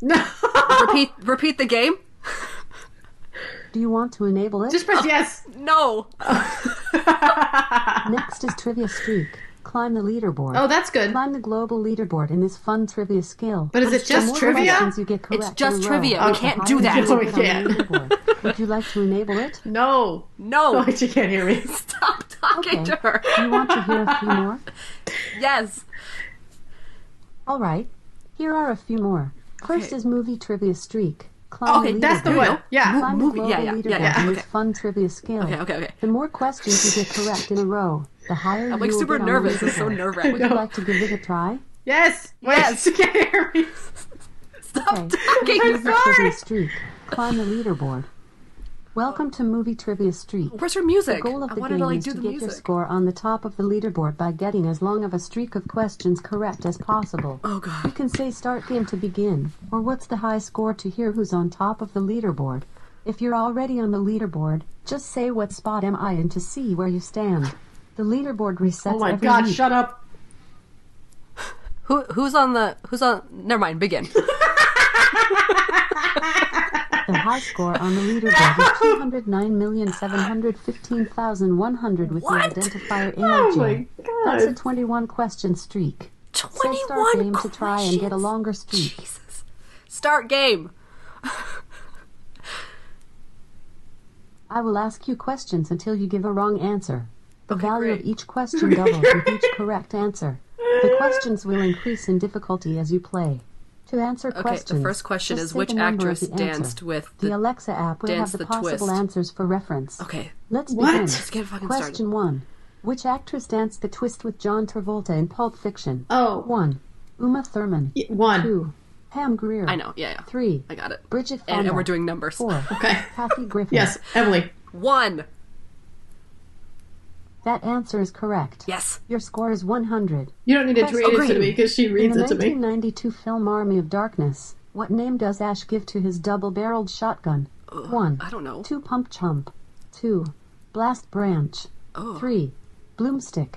S1: repeat repeat the game?
S3: Do you want to enable it?
S2: Just press yes.
S1: No.
S3: Next is Trivia Streak. Climb the leaderboard.
S2: Oh, that's good.
S3: Climb the global leaderboard in this fun trivia skill.
S2: But is it
S3: The
S2: just
S3: more
S2: trivia?
S3: questions you get correct
S1: It's
S3: in a
S1: just
S3: row,
S1: trivia.
S3: the
S1: We can't do
S3: higher
S1: that.
S3: you
S2: No, we
S3: get on the
S2: can't.
S3: leaderboard. Would you like to enable it?
S2: No.
S1: No.
S2: Oh, she can't hear me.
S1: Stop talking
S3: Okay.
S1: to her.
S3: Do you want to hear a few more?
S1: Yes.
S3: All right. Here are a few more. First is movie trivia streak. Climb
S1: Okay,
S3: the
S2: That's the
S3: leaderboard.
S2: one. Yeah.
S3: Climb
S1: Movie-
S3: the global
S1: yeah, yeah, yeah,
S3: leaderboard
S1: yeah,
S3: in
S1: okay.
S3: this fun trivia skill.
S1: Okay, okay, okay.
S3: The more questions you get correct in a row, the higher
S1: I'm like
S3: you will
S1: super
S3: get on the
S1: nervous. It's so
S3: leaderboard.
S1: nerve
S3: Would you
S1: wracking.
S3: like to give it a try?
S2: Yes. Wait,
S1: Yes.
S2: she can't hear me.
S1: Stop
S3: Okay.
S1: talking.
S3: Movie Trivia Streak. Climb the leaderboard. Welcome to Movie Trivia Streak.
S1: Where's her music?
S3: The goal of
S1: I
S3: the
S1: wanted
S3: game
S1: to like
S3: is
S1: do
S3: to
S1: the
S3: get your
S1: music.
S3: score on the top of the leaderboard by getting as long of a streak of questions correct as possible.
S1: Oh
S3: You
S1: god.
S3: can say start game to begin, or what's the high score to hear who's on top of the leaderboard. If you're already on the leaderboard, just say what spot am I in to see where you stand. The leaderboard resets
S2: Oh my
S3: every
S2: god,
S3: week.
S2: shut up.
S1: Who who's on the who's on never mind, begin.
S3: The high score on the leaderboard is 209,715,100 with
S1: What?
S3: the identifier AJ.
S2: Oh my
S3: That's a
S2: god.
S3: 21 question streak. Say
S1: Twenty
S3: start
S1: one
S3: game to try and get a longer streak.
S1: Jesus. Start game.
S3: I will ask you questions until you give a wrong answer. The value
S1: great.
S3: of each question doubles with each correct answer. The questions will increase in difficulty as you play. To answer
S1: Okay,
S3: questions,
S1: the first question
S3: just
S1: is
S3: say
S1: which
S3: the number of
S1: actress
S3: the answer.
S1: danced with
S3: The
S1: the
S3: Alexa app will
S1: dance
S3: have
S1: the
S3: the, possible
S1: twist?
S3: answers for reference.
S1: Okay.
S3: Let's
S2: What?
S3: begin.
S2: Let's
S1: get fucking
S3: Question
S1: started.
S3: one: Which actress danced the twist with John Travolta in Pulp Fiction?
S2: Oh,
S3: One, Uma Thurman.
S2: one.
S3: Two, Pam Grier.
S1: I know, yeah, yeah.
S3: Three,
S1: I got it.
S3: Bridget Fonda.
S1: And, and we're doing numbers.
S3: Four,
S2: Okay.
S3: Kathy Griffin.
S2: Yes, Emily.
S1: One.
S3: That answer is correct.
S1: Yes.
S3: Your score is 100.
S2: You don't need to tweet it to
S1: Agreed.
S2: me because she
S3: In
S2: reads
S3: the
S2: it to me.
S3: 1992 film Army of Darkness, what name does Ash give to his double barreled shotgun? 1.
S1: I don't know.
S3: 2. Pump Chump. 2. Blast Branch. 3. Bloomstick.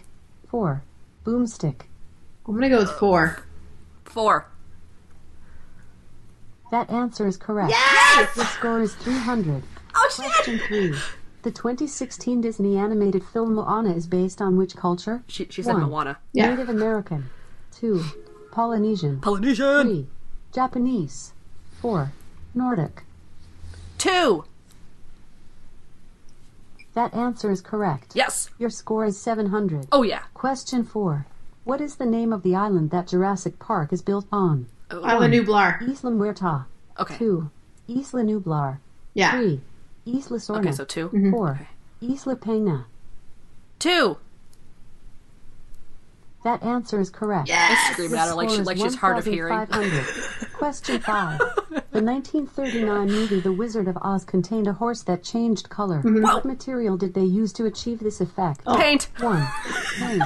S3: 4. Boomstick.
S2: I'm gonna go with four.
S1: Four.
S3: That answer is correct. Your score is 300.
S1: Oh shit!
S3: Question 3. The 2016 Disney animated film Moana is based on which culture?
S1: She, she said
S3: One.
S1: Moana.
S2: Yeah.
S3: Native American. 2. Polynesian.
S1: Polynesian.
S3: 3. Japanese. 4. Nordic.
S1: Two.
S3: That answer is correct.
S1: Yes.
S3: Your score is 700.
S1: Oh yeah.
S3: Question 4. What is the name of the island that Jurassic Park is built on?
S2: Isla Nublar.
S3: Isla Muerta.
S1: Oh, Okay.
S3: 2. Isla Nublar.
S2: Yeah.
S3: 3. Isla Sorna.
S1: Okay, so 2
S3: 4. Isla Pena.
S1: Two.
S3: That answer is correct.
S1: I screamed
S3: This
S1: at her like, she,
S3: score
S1: like
S3: is
S1: she's hard of hearing.
S3: 1,500. Question 5. The 1939 movie The Wizard of Oz contained a horse that changed color. What material did they use to achieve this effect?
S1: Paint.
S3: 1. Paint.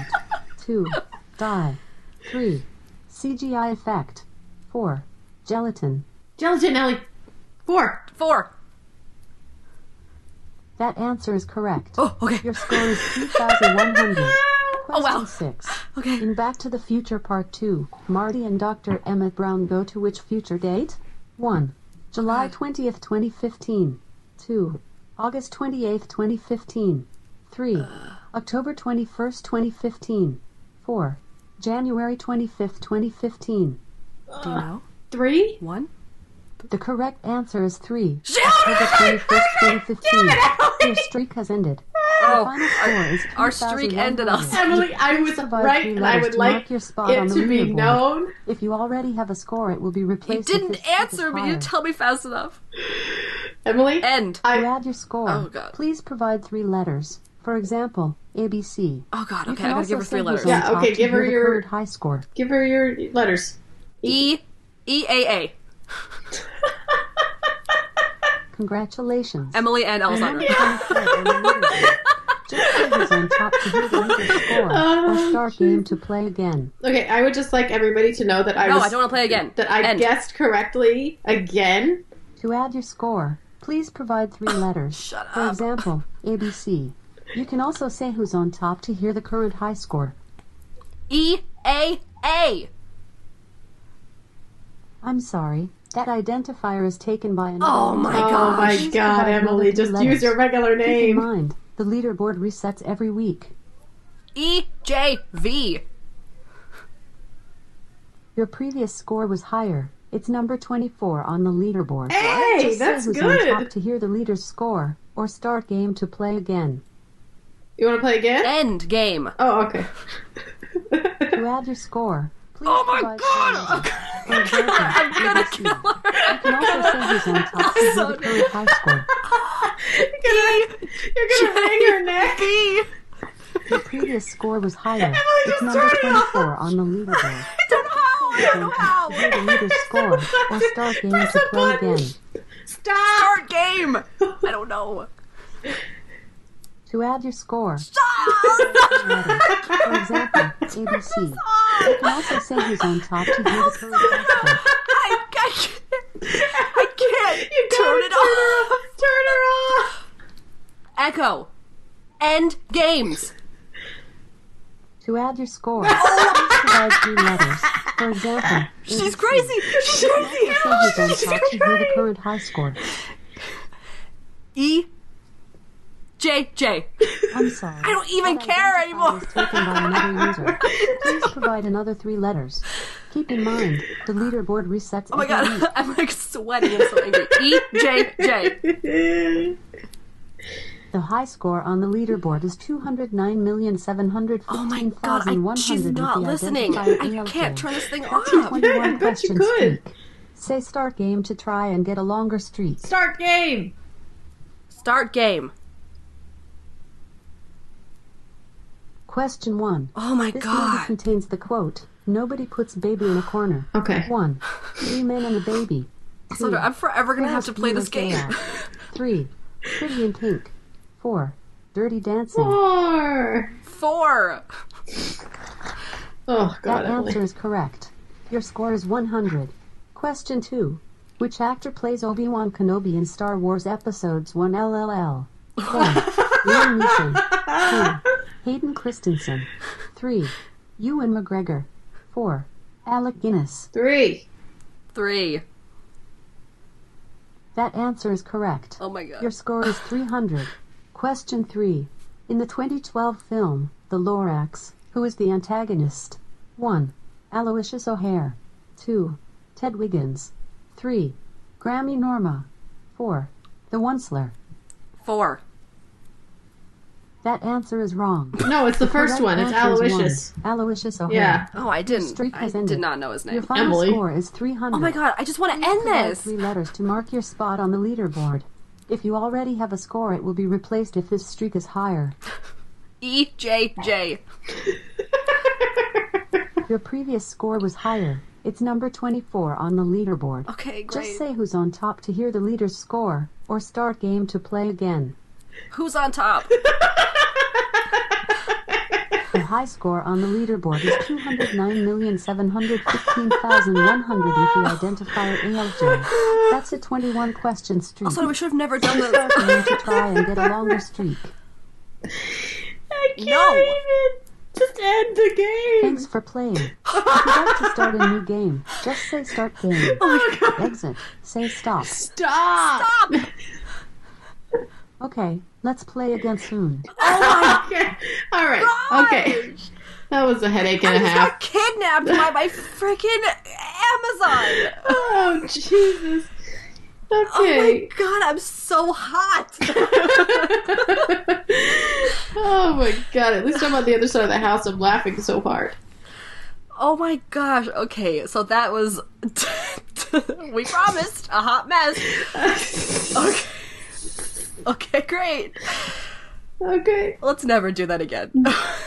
S3: 2. Dye. 3. CGI effect. 4. Gelatin.
S2: Gelatin Ellie. Four.
S1: Four.
S3: That answer is correct.
S1: Oh, okay.
S3: Your score is 2,100. Question
S1: wow.
S3: 6.
S1: Okay.
S3: In Back to the Future Part 2, Marty and Dr. Emmett Brown go to which future date? 1. July 20th, 2015. 2. August 28th, 2015. 3.
S1: Uh.
S3: October 21st, 2015. 4. January 25th, 2015.
S1: Do you know?
S2: Three?
S1: One.
S3: The correct answer is 3. October 21st, 2015. Your streak has ended.
S1: Oh,
S3: Final score is
S1: our streak ended us.
S3: 2,100.
S2: Emily, I was
S3: Survive
S2: right,
S3: three
S2: and I
S3: letters
S2: would
S3: to
S2: like
S3: mark your spot on
S2: it
S3: the
S2: to be
S3: leaderboard.
S2: known.
S3: If you already have a score, it will be replaced.
S1: You
S3: with
S1: didn't
S3: the
S1: answer me. You
S3: higher.
S1: didn't tell me fast enough.
S2: Emily?
S3: Eh.
S1: End.
S3: To add your score,
S1: Oh, God.
S3: please provide three letters. For example, ABC.
S1: Oh god.
S3: You
S1: Okay,
S3: can
S1: I gotta
S3: also
S1: give her
S3: say
S1: three
S3: who's
S1: letters.
S3: on
S2: Yeah,
S3: top
S2: okay,
S3: to
S2: give
S3: hear
S2: her
S3: the
S2: your-
S3: current high score.
S2: Give her your letters.
S1: E E A A.
S3: Congratulations.
S1: Emily and Alessandra.
S3: Just say who's on top to hear the
S2: Oh,
S3: leader's score, or start game to play again.
S2: Okay, I would just like everybody to know that I
S1: No,
S2: was
S1: I don't want to play again.
S2: that I
S1: End.
S2: guessed correctly again.
S3: To add your score, please provide three letters. Shut For example, ABC. You can also say who's on top to hear the current high score.
S1: E A A.
S3: I'm sorry. That identifier is taken by another.
S1: Oh my
S2: Oh
S1: god.
S2: my god,
S3: Another
S2: Emily,
S3: two
S2: just
S3: letters.
S2: use your regular
S3: Keep in
S2: name.
S3: mind, the leaderboard resets every week.
S1: E J V.
S3: Your previous score was higher. It's number 24 on the leaderboard.
S2: Hey,
S3: Just
S2: that's
S3: say who's on top
S2: good.
S3: to hear the leader's score, or start game to play again.
S2: You want to play again?
S1: End game.
S2: Oh, okay.
S3: To add your score, please.
S1: Oh my
S3: provide
S1: god.
S3: For example,
S1: I'm gonna
S3: ABC.
S1: kill her.
S3: You can also say who's on top to hear
S1: so
S3: the current high score.
S2: you're gonna, you're gonna wring your neck.
S1: E.
S3: Your previous score was higher.
S2: just
S3: It's number
S2: turned it off.
S3: 24 on the leaderboard.
S1: I don't know how. I don't know
S3: To hear the
S1: how.
S3: leader's score, or start game
S2: Press
S3: to
S2: a
S3: play
S2: button.
S3: again.
S2: Stop.
S1: Start game. I don't know.
S3: To add your score,
S1: Ah,
S3: For example, ABC. You can also say who's on top to hear the current high score.
S1: I, I can't. I can't
S2: You
S1: turn it off.
S2: gotta turn her off. Turn her off.
S1: Echo. End games.
S3: To add your score, please provide three letters. For example,
S1: She's crazy. She's crazy.
S3: say who's on top to hear the current high score.
S1: E. J. J.
S3: I'm sorry.
S1: I don't
S2: Oh
S1: even care anymore.
S3: was taken by another user. Please provide another three letters. Keep in mind, the leaderboard resets
S1: Oh my god, I'm like sweating. I'm so angry. E J J.
S3: The high score on the leaderboard is 209,715,100.
S1: Oh my god, I, she's not listening. I can't turn this thing off.
S2: I
S3: 21
S2: bet you
S3: questions
S2: could.
S3: each. Say start game to try and get a longer streak.
S2: Start game.
S1: Start game.
S3: Question 1.
S1: Oh my
S3: This movie
S1: god.
S3: contains the quote, Nobody puts baby in a corner.
S2: Okay.
S3: 1. Three men and a baby.
S1: Sandra, I'm forever gonna have to play this game.
S3: 3. Pretty in pink. 4. Dirty dancing.
S2: Four.
S1: Four.
S2: Oh God,
S3: That
S2: Emily.
S3: answer is correct. Your score is 100. Question 2. Which actor plays Obi-Wan Kenobi in Star Wars Episodes 1 LLL? 1. Liam Neeson. 2. Hayden Christensen. 3. Ewan McGregor. 4. Alec Guinness.
S2: Three.
S1: Three.
S3: That answer is correct.
S1: Oh my
S3: Your
S1: god.
S3: score is 300. Question 3. In the 2012 film, The Lorax, who is the antagonist? 1. Aloysius O'Hare. 2. Ted Wiggins. 3. Grammy Norma. 4. The Onceler.
S1: Four.
S3: That answer is wrong.
S2: No, it's the first
S3: Correct
S2: one. It's
S3: answer is
S2: Aloysius.
S3: one. Aloysius O'Hare.
S2: Yeah.
S1: Oh, I didn't.
S3: streak
S1: I
S3: has
S1: did
S3: ended.
S1: not know his
S3: Your
S1: name.
S3: final
S2: Emily.
S3: score is 300.
S1: Oh my god, I just want to end
S3: Provide
S1: this.
S3: Three letters to mark your spot on the leaderboard. If you already have a score, it will be replaced if this streak is higher.
S1: E J J.
S3: Your previous score was higher. It's number 24 on the leaderboard.
S1: Okay, Oh, great.
S3: Just say who's on top to hear the leader's score, or start game to play again.
S1: Who's on top?
S3: The high score on the leaderboard is 209,715,100 with the identifier ALJ. That's a 21 question streak.
S1: also, we should have never done this.
S3: Start game to try and get a longer streak.
S2: I can't
S1: No.
S2: even just end the game.
S3: Thanks for playing. If you'd like to start a new game, just say start game.
S1: Oh.
S2: Oh,
S3: Exit. Say stop.
S2: Stop.
S3: Okay, let's play again soon.
S2: Okay. All right. Okay. That was a headache and a
S1: I got
S2: half.
S1: kidnapped by my freaking Amazon.
S2: Oh Jesus.
S1: Oh my
S2: Okay.
S1: god, I'm so hot.
S2: Oh my god. At least I'm on the other side of the house. I'm laughing so hard.
S1: oh my gosh. Okay, so that was we promised a hot mess. Okay. Okay, great.
S2: Okay.
S1: Let's never do that again.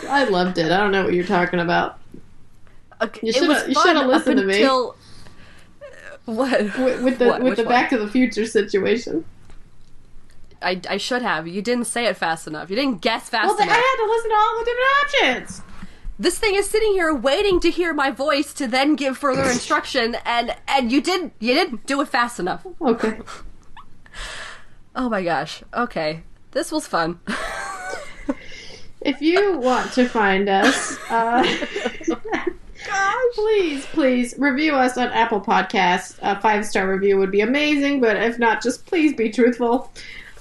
S2: I loved it. I don't know what you're talking about.
S1: Okay,
S2: You
S1: it
S2: shoulda-
S1: was
S2: you
S1: fun
S2: shoulda listened
S1: up
S2: to me.
S1: until what?
S2: With, with the
S1: What?
S2: with
S1: Which
S2: the
S1: one?
S2: Back to the Future situation.
S1: I, I should have. You didn't say it fast enough. You didn't guess fast
S2: Well, then I
S1: enough.
S2: had to listen to all the different options.
S1: this thing is sitting here waiting to hear my voice to then give further instruction, and and you did you didn't do it fast enough.
S2: Okay.
S1: Oh my gosh. Okay, this was fun.
S2: If you want to find us, uh, please, please review us on Apple Podcasts. A five star review would be amazing, but if not, just please be truthful.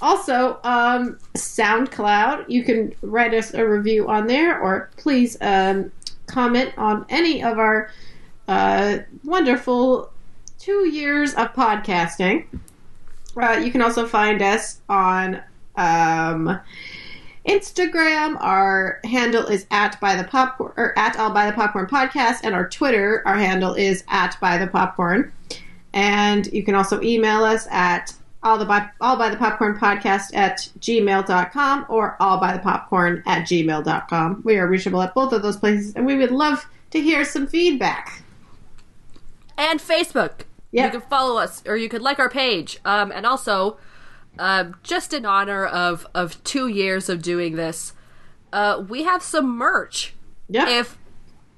S2: Also, um, SoundCloud, you can write us a review on there, or please um, comment on any of our uh, wonderful two years of podcasting. Uh, you can also find us on. Um, Instagram. Our handle is at by the popcorn or at all by the popcorn podcast, and our Twitter, our handle is at by the popcorn. And you can also email us at all the by, all by the popcorn podcast at gmail.com or all by the popcorn at gmail.com. We are reachable at both of those places, and we would love to hear some feedback.
S1: and Facebook.
S2: Yeah.
S1: You can follow us, or you could like our page. Um, and also, um, just in honor of of two years of doing this, uh, we have some merch.
S2: Yeah.
S1: If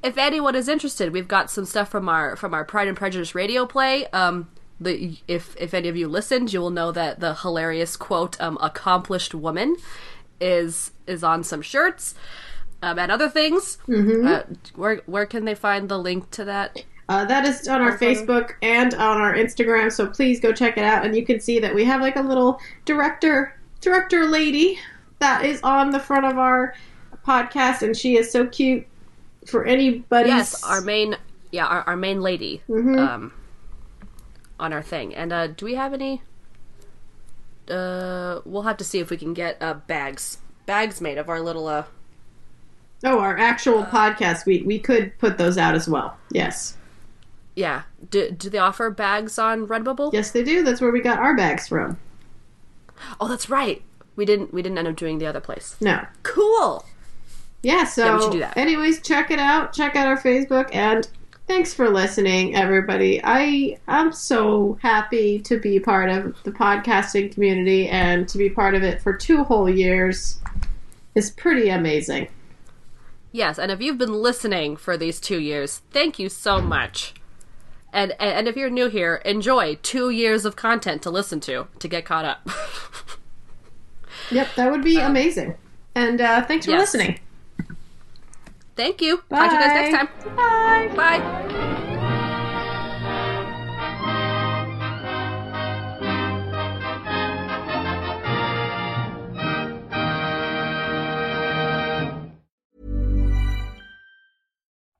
S1: if anyone is interested, we've got some stuff from our from our Pride and Prejudice radio play. Um, the if if any of you listened, you will know that the hilarious quote um, "accomplished woman" is is on some shirts. Um, and other things.
S2: Mm-hmm.
S1: Uh, where where can they find the link to that?
S2: Uh, that is on our Facebook and on our Instagram, so please go check it out. And you can see that we have like a little director, director lady that is on the front of our podcast, and she is so cute. For anybody,
S1: yes our main yeah our, our main lady um on our thing and uh do we have any uh we'll have to see if we can get uh bags bags made of our little uh
S2: oh, our actual podcast, we we could put those out as well. Yes,
S1: yeah do, do they offer bags on redbubble
S2: yes, they do. That's where we got our bags from.
S1: oh that's right we didn't we didn't end up doing the other place
S2: No,
S1: cool
S2: yeah. So,
S1: we should do that.
S2: anyways, check it out. Check out our Facebook, and thanks for listening, everybody. I I'm so happy to be part of the podcasting community and to be part of it for two whole years. is pretty amazing.
S1: yes and if you've been listening for these two years thank you so much and, and and if you're new here enjoy two years of content to listen to to get caught up
S2: Yep, that would be amazing. And uh, thanks for
S1: yes.
S2: listening.
S1: thank you catch you guys next time
S2: Bye.
S1: bye